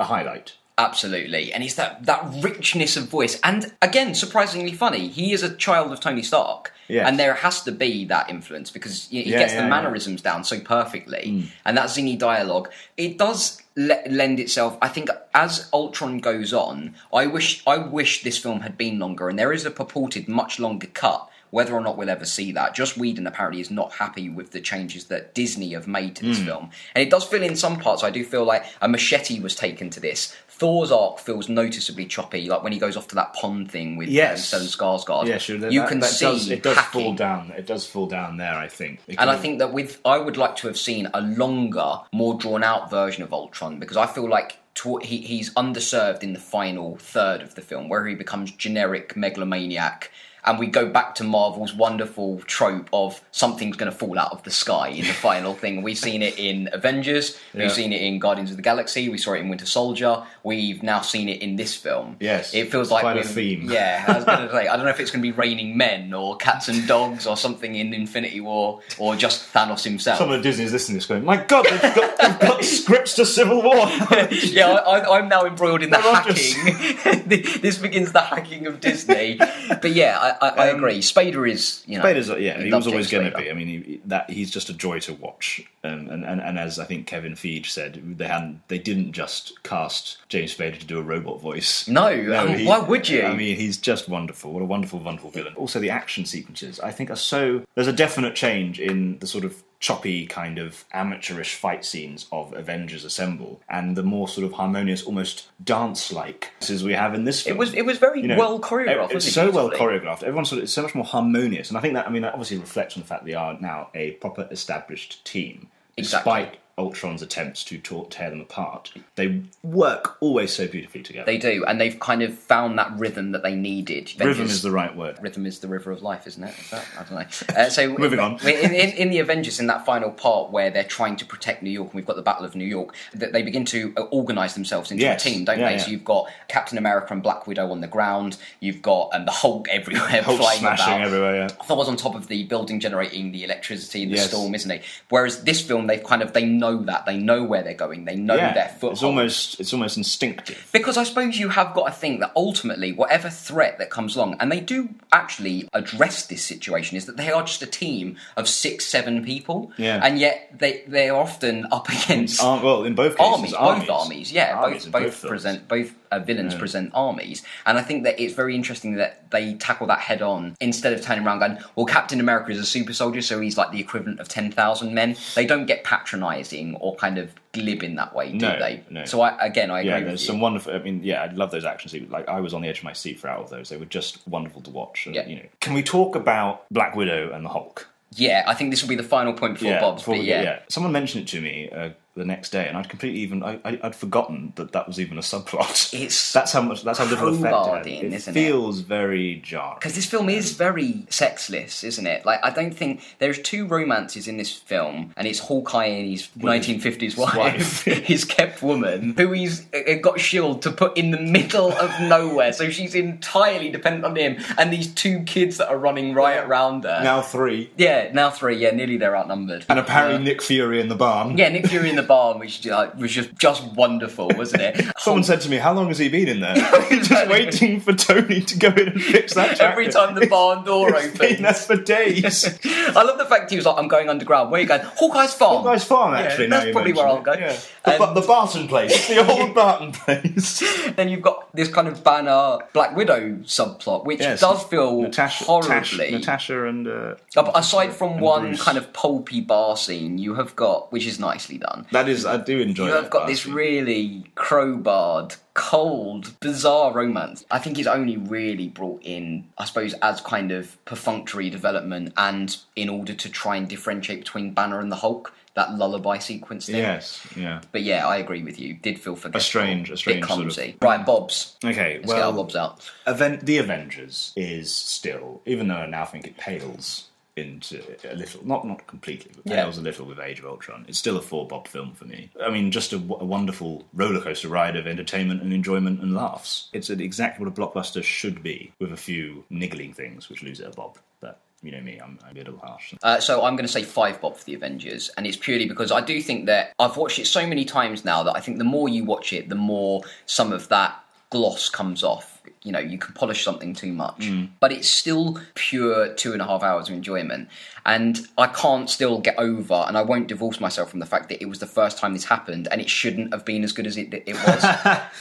[SPEAKER 3] a highlight.
[SPEAKER 2] Absolutely, and it's that that richness of voice, and again, surprisingly funny. He is a child of Tony Stark,
[SPEAKER 3] Yes.
[SPEAKER 2] and there has to be that influence because he, he
[SPEAKER 3] Yeah,
[SPEAKER 2] gets
[SPEAKER 3] yeah,
[SPEAKER 2] the
[SPEAKER 3] yeah. Hmm.
[SPEAKER 2] mannerisms down so perfectly, and that zingy dialogue. It does le- lend itself, I think, as Ultron goes on. I wish I wish this film had been longer, and there is a purported much longer cut. Whether or not we'll ever see that, just Whedon apparently is not happy with the changes that Disney have made to this
[SPEAKER 3] Hmm.
[SPEAKER 2] film, and it does feel in some parts. I do feel like a machete was taken to this. Thor's arc feels noticeably choppy, like when he goes off to that pond thing with
[SPEAKER 3] Yes.
[SPEAKER 2] um, Stellan Skarsgård.
[SPEAKER 3] Yeah, sure. That,
[SPEAKER 2] you
[SPEAKER 3] that-
[SPEAKER 2] can
[SPEAKER 3] that
[SPEAKER 2] see
[SPEAKER 3] does, it does
[SPEAKER 2] hacking.
[SPEAKER 3] fall down. It does fall down there. I think. It
[SPEAKER 2] And I
[SPEAKER 3] can-
[SPEAKER 2] think that with I would like to have seen a longer, more drawn out version of Ultron because I feel like to, he, he's underserved in the final third of the film where he becomes generic megalomaniac. And we go back to Marvel's wonderful trope of something's going to fall out of the sky in the final thing. We've seen it in Avengers,
[SPEAKER 3] Yeah.
[SPEAKER 2] we've seen it in Guardians of the Galaxy, we saw it in Winter Soldier, we've now seen it in this film.
[SPEAKER 3] Yes,
[SPEAKER 2] it feels like
[SPEAKER 3] quite a
[SPEAKER 2] we've-
[SPEAKER 3] theme.
[SPEAKER 2] Yeah, yeah, I was going to say, I don't know if it's going to be raining men or cats and dogs or something in Infinity War or just Thanos himself.
[SPEAKER 3] Some of Disney's listening to this going, my God, they've got, they've got scripts to Civil War.
[SPEAKER 2] yeah, I, I, I'm now embroiled in the
[SPEAKER 3] They're all just-
[SPEAKER 2] hacking. this begins the hacking of Disney. but yeah, I, I, I agree. Spader is, you know,
[SPEAKER 3] Spader's, Um, yeah,
[SPEAKER 2] I
[SPEAKER 3] he
[SPEAKER 2] love
[SPEAKER 3] was always
[SPEAKER 2] James
[SPEAKER 3] going to
[SPEAKER 2] Spader.
[SPEAKER 3] be. I mean, he, that he's just a joy to watch. Um, and, and and as I think Kevin Feige said, they hadn't they didn't just cast James Spader to do a robot voice.
[SPEAKER 2] No, um,
[SPEAKER 3] he-
[SPEAKER 2] why would you?
[SPEAKER 3] I mean, he's just wonderful. What a wonderful, wonderful villain. Also, the action sequences I think are so. There's a definite change in the sort of choppy kind of amateurish fight scenes of Avengers Assemble and the more sort of harmonious, almost dance-like as we have in this film.
[SPEAKER 2] It was- it was very well choreographed,
[SPEAKER 3] It's
[SPEAKER 2] wasn't it,
[SPEAKER 3] so well
[SPEAKER 2] beautifully?
[SPEAKER 3] choreographed choreographed. Everyone's sort of, it's so much more harmonious, and I think that I mean that obviously reflects on the fact they are now a proper established team,
[SPEAKER 2] Exactly.
[SPEAKER 3] despite Ultron's attempts to ta- tear them apart. They work always so beautifully together.
[SPEAKER 2] they do, and they've kind of found that rhythm that they needed.
[SPEAKER 3] Rhythm
[SPEAKER 2] Avengers-
[SPEAKER 3] is the right word.
[SPEAKER 2] rhythm is the river of life, isn't it? Is that? I don't know. Uh, so
[SPEAKER 3] Moving on.
[SPEAKER 2] in, in, in the Avengers, in that final part where they're trying to protect New York, and we've got the Battle of New York, that they begin to uh, organize themselves into
[SPEAKER 3] Yes.
[SPEAKER 2] a team, don't
[SPEAKER 3] Yeah,
[SPEAKER 2] they?
[SPEAKER 3] yeah.
[SPEAKER 2] So you've got Captain America and Black Widow on the ground. You've got um, the Hulk everywhere,
[SPEAKER 3] Hulk
[SPEAKER 2] flying
[SPEAKER 3] smashing
[SPEAKER 2] about.
[SPEAKER 3] everywhere. Yeah.
[SPEAKER 2] Thor's on top of the building generating the electricity in the
[SPEAKER 3] Yes.
[SPEAKER 2] storm, isn't he? Whereas this film, they've kind of they know that they know where they're going, they know
[SPEAKER 3] Yeah,
[SPEAKER 2] their foothold.
[SPEAKER 3] it's almost it's almost instinctive.
[SPEAKER 2] Because I suppose you have got to think that ultimately, whatever threat that comes along, and they do actually address this situation, is that they are just a team of six, seven people,
[SPEAKER 3] Yeah.
[SPEAKER 2] and yet they they are often up against
[SPEAKER 3] Ar- well, in both cases,
[SPEAKER 2] armies, both armies, yeah,
[SPEAKER 3] Armies in
[SPEAKER 2] both both
[SPEAKER 3] films.
[SPEAKER 2] present both uh, villains present armies, and I think that it's very interesting that they tackle that head on instead of turning around going, "Well, Captain America is a super soldier, so he's like the equivalent of ten thousand men." They don't get patronising or kind of glib in that way, do
[SPEAKER 3] No,
[SPEAKER 2] they?
[SPEAKER 3] no.
[SPEAKER 2] So I again, I agree
[SPEAKER 3] Yeah,
[SPEAKER 2] with
[SPEAKER 3] there's
[SPEAKER 2] you.
[SPEAKER 3] some wonderful. I mean, yeah, I love those action sequences. Like, I was on the edge of my seat for all of those. They were just wonderful to watch. And,
[SPEAKER 2] Yeah.
[SPEAKER 3] You know, can we talk about Black Widow and the Hulk?
[SPEAKER 2] Yeah, I think this will be the final point before Bob's.
[SPEAKER 3] before
[SPEAKER 2] But
[SPEAKER 3] we
[SPEAKER 2] yeah.
[SPEAKER 3] get- Someone mentioned it to me uh, the next day, and I'd completely even I, I, I'd forgotten that that was even a subplot.
[SPEAKER 2] It's
[SPEAKER 3] that's how much that's how little effect it, had.
[SPEAKER 2] crowbarred in,
[SPEAKER 3] it
[SPEAKER 2] isn't it?
[SPEAKER 3] feels very jarring.
[SPEAKER 2] because this film is very sexless, isn't it? Like, I don't think there's two romances in this film, and it's Hawkeye and his 1950s wife,
[SPEAKER 3] wife.
[SPEAKER 2] his kept woman, who he's uh, got Shield to put in the middle of nowhere, so she's entirely dependent on him and these two kids that are running riot round her.
[SPEAKER 3] Now three,
[SPEAKER 2] yeah, now three. Yeah, nearly they're outnumbered.
[SPEAKER 3] and apparently Nick Fury in the barn.
[SPEAKER 2] yeah, Nick Fury in the barn, which uh, was just just wonderful, wasn't it?
[SPEAKER 3] Someone said to me, "How long has he been in there?" Just waiting for Tony to go in and fix that.
[SPEAKER 2] Every
[SPEAKER 3] tractor.
[SPEAKER 2] time the barn door
[SPEAKER 3] It's been
[SPEAKER 2] opens.
[SPEAKER 3] there for days.
[SPEAKER 2] I love the fact he was like, I'm going underground. Where are you going? Hawkeye's farm.
[SPEAKER 3] Nice farm,
[SPEAKER 2] Yeah,
[SPEAKER 3] actually. now
[SPEAKER 2] that's
[SPEAKER 3] you
[SPEAKER 2] probably where I'll
[SPEAKER 3] mention
[SPEAKER 2] go.
[SPEAKER 3] it. Yeah. The,
[SPEAKER 2] Um,
[SPEAKER 3] Ba- the Barton place, the old Barton place.
[SPEAKER 2] Then you've got this kind of banner Black Widow subplot, which
[SPEAKER 3] Yes,
[SPEAKER 2] does feel
[SPEAKER 3] Natasha,
[SPEAKER 2] horribly.
[SPEAKER 3] Tash- Natasha and uh,
[SPEAKER 2] Ab- Aside from
[SPEAKER 3] and
[SPEAKER 2] one
[SPEAKER 3] Bruce.
[SPEAKER 2] kind of pulpy bar scene, you have got, which is nicely done.
[SPEAKER 3] that is, I do enjoy.
[SPEAKER 2] You
[SPEAKER 3] that
[SPEAKER 2] have got
[SPEAKER 3] part.
[SPEAKER 2] this really crowbarred, cold, bizarre romance. I think it's only really brought in, I suppose, as kind of perfunctory development and in order to try and differentiate between Banner and the Hulk, that lullaby sequence thing.
[SPEAKER 3] Yes, yeah.
[SPEAKER 2] But yeah, I agree with you. Did feel forgetful.
[SPEAKER 3] A strange- a strange
[SPEAKER 2] bit
[SPEAKER 3] sort
[SPEAKER 2] clumsy.
[SPEAKER 3] of-
[SPEAKER 2] Right, Bob's.
[SPEAKER 3] Okay,
[SPEAKER 2] Let's get our
[SPEAKER 3] well,
[SPEAKER 2] Bob's out.
[SPEAKER 3] Aven- the Avengers is still, even though I now think it pales into it a little, not not completely, but
[SPEAKER 2] Yeah.
[SPEAKER 3] pales a little with Age of Ultron. It's still a four bob film for me. I mean, just a, w- a wonderful roller coaster ride of entertainment and enjoyment and laughs. It's exactly what a blockbuster should be, with a few niggling things which lose it a bob. But you know me, I'm, I'm a little harsh.
[SPEAKER 2] Uh, so I'm going to say five bob for the Avengers, and it's purely because I do think that I've watched it so many times now that I think the more you watch it, the more some of that gloss comes off. You know, you can polish something too much,
[SPEAKER 3] Mm.
[SPEAKER 2] but it's still pure two and a half hours of enjoyment. And I can't still get over, and I won't divorce myself from the fact that it was the first time this happened, and it shouldn't have been as good as it, it was.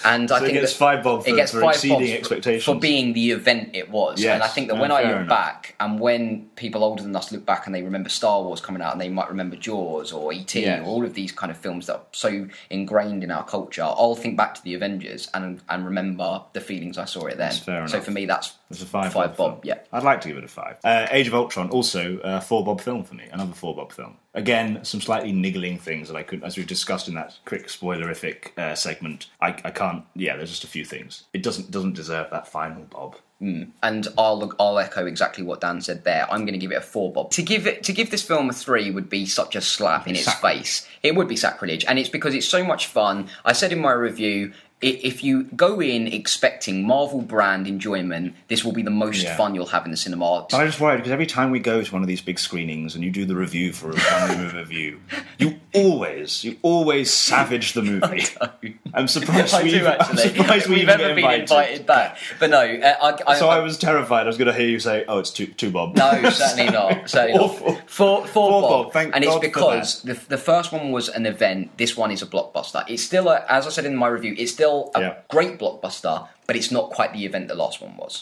[SPEAKER 2] and I
[SPEAKER 3] So it
[SPEAKER 2] think
[SPEAKER 3] gets
[SPEAKER 2] that
[SPEAKER 3] five bob for- for
[SPEAKER 2] bobs
[SPEAKER 3] exceeding
[SPEAKER 2] for-
[SPEAKER 3] expectations.
[SPEAKER 2] for being the event it was.
[SPEAKER 3] Yes,
[SPEAKER 2] and I think that
[SPEAKER 3] no,
[SPEAKER 2] when I
[SPEAKER 3] fair
[SPEAKER 2] look
[SPEAKER 3] enough.
[SPEAKER 2] back back and when people older than us look back and they remember Star Wars coming out and they might remember Jaws or E.T.
[SPEAKER 3] Yes.
[SPEAKER 2] or all of these kind of films that are so ingrained in our culture, I'll think back to the Avengers and and remember the feelings I saw it then.
[SPEAKER 3] fair
[SPEAKER 2] so
[SPEAKER 3] enough.
[SPEAKER 2] for me that's
[SPEAKER 3] It's a five,
[SPEAKER 2] five
[SPEAKER 3] bob.
[SPEAKER 2] bob,
[SPEAKER 3] film.
[SPEAKER 2] yeah.
[SPEAKER 3] I'd like to give it a five. Uh, Age of Ultron also a four bob film for me. Another four bob film. Again, some slightly niggling things that I couldn't, as we discussed in that quick spoilerific uh, segment. I, I can't. Yeah, there's just a few things. It doesn't doesn't deserve that final bob.
[SPEAKER 2] and I'll I'll echo exactly what Dan said there. I'm going to give it a four, Bob. To give it to give this film a three would be such a slap in its face. It would be sacrilege, and it's because it's so much fun. I said in my review. i- If you go in expecting Marvel brand enjoyment, this will be the most
[SPEAKER 3] Yeah.
[SPEAKER 2] fun you'll have in the cinema.
[SPEAKER 3] But I'm just worried because every time we go to one of these big screenings and you do the review for a family movie review, you always, you always savage the movie. I'm surprised
[SPEAKER 2] I
[SPEAKER 3] we,
[SPEAKER 2] do
[SPEAKER 3] even-
[SPEAKER 2] actually.
[SPEAKER 3] I'm surprised we
[SPEAKER 2] We've
[SPEAKER 3] even
[SPEAKER 2] ever
[SPEAKER 3] get
[SPEAKER 2] been invited back, but no. Uh, I, I,
[SPEAKER 3] So I was terrified. I was going to hear you say, "Oh, it's two, two bob."
[SPEAKER 2] No, certainly not. Certainly
[SPEAKER 3] Awful.
[SPEAKER 2] not. Four, four
[SPEAKER 3] Four
[SPEAKER 2] Bob.
[SPEAKER 3] Bob, thank
[SPEAKER 2] and it's
[SPEAKER 3] God for
[SPEAKER 2] because the, the first one was an event. This one is a blockbuster. It's still, a, as I said in my review, it's still a
[SPEAKER 3] Yeah.
[SPEAKER 2] great blockbuster, but it's not quite the event the last one was.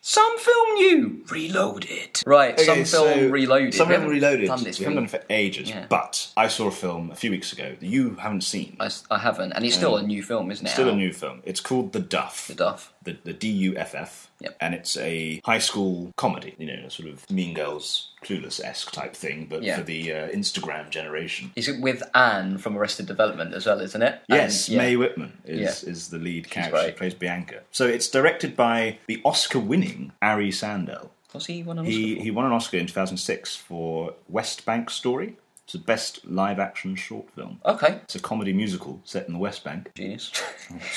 [SPEAKER 2] Some film new, reloaded. Right, some film
[SPEAKER 3] Okay, so-
[SPEAKER 2] reloaded.
[SPEAKER 3] Some
[SPEAKER 2] We
[SPEAKER 3] film
[SPEAKER 2] haven't
[SPEAKER 3] reloaded.
[SPEAKER 2] Done this
[SPEAKER 3] we
[SPEAKER 2] for
[SPEAKER 3] haven't done it for ages.
[SPEAKER 2] Yeah.
[SPEAKER 3] But I saw a film a few weeks ago that you haven't seen.
[SPEAKER 2] I, s- I haven't, and it's still a new film, isn't it?
[SPEAKER 3] Mm. Still a
[SPEAKER 2] Al?
[SPEAKER 3] new film. It's called The Duff.
[SPEAKER 2] The Duff.
[SPEAKER 3] The, the D-U-F-F.
[SPEAKER 2] Yep.
[SPEAKER 3] And it's a high school comedy. You know, a sort of Mean Girls, Clueless-esque type thing, but
[SPEAKER 2] Yeah.
[SPEAKER 3] for the uh, Instagram generation.
[SPEAKER 2] Is it with Anne from Arrested Development as well, isn't it?
[SPEAKER 3] Yes,
[SPEAKER 2] And- yeah.
[SPEAKER 3] Mae Whitman is,
[SPEAKER 2] Yeah.
[SPEAKER 3] is the lead character. She
[SPEAKER 2] great.
[SPEAKER 3] plays Bianca. So it's directed by the Oscar-winning Ari Sandel.
[SPEAKER 2] Was he one of
[SPEAKER 3] He he won an Oscar in 2006 for West Bank Story. It's the best live action short film.
[SPEAKER 2] Okay,
[SPEAKER 3] It's a comedy musical set in the West Bank.
[SPEAKER 2] genius.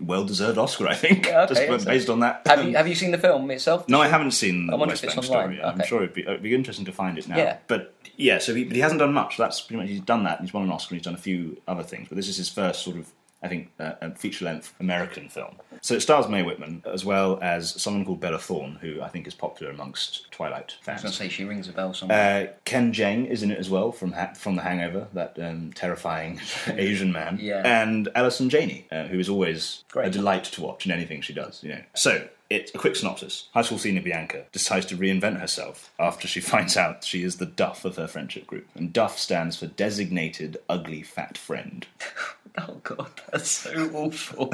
[SPEAKER 3] Well deserved Oscar, I think.
[SPEAKER 2] Yeah, okay,
[SPEAKER 3] Just
[SPEAKER 2] excellent.
[SPEAKER 3] based on that.
[SPEAKER 2] Have you have you seen the film itself?
[SPEAKER 3] Um, no, I haven't seen the
[SPEAKER 2] wonder
[SPEAKER 3] West
[SPEAKER 2] if it's
[SPEAKER 3] Bank
[SPEAKER 2] online.
[SPEAKER 3] Story. I'm
[SPEAKER 2] Okay.
[SPEAKER 3] sure it'd be, it'd be interesting to find it now.
[SPEAKER 2] Yeah.
[SPEAKER 3] But yeah, so he, but he hasn't done much. That's pretty much he's done that. He's won an Oscar. and He's done a few other things, but this is his first sort of. I think uh, feature length American film. So it stars Mae Whitman as well as someone called Bella Thorne, who I think is popular amongst Twilight
[SPEAKER 2] I was
[SPEAKER 3] fans.
[SPEAKER 2] going to say she rings a bell somewhere.
[SPEAKER 3] Uh, Ken Jeng is in it as well from ha- from The Hangover, that um, terrifying Asian man.
[SPEAKER 2] Yeah.
[SPEAKER 3] And Alison Janney, uh, who is always a
[SPEAKER 2] Great.
[SPEAKER 3] delight to watch in anything she does. You know. So it's a quick synopsis. High school senior Bianca decides to reinvent herself after she finds out she is the Duff of her friendship group, and Duff stands for Designated Ugly Fat Friend.
[SPEAKER 2] oh god, that's so awful.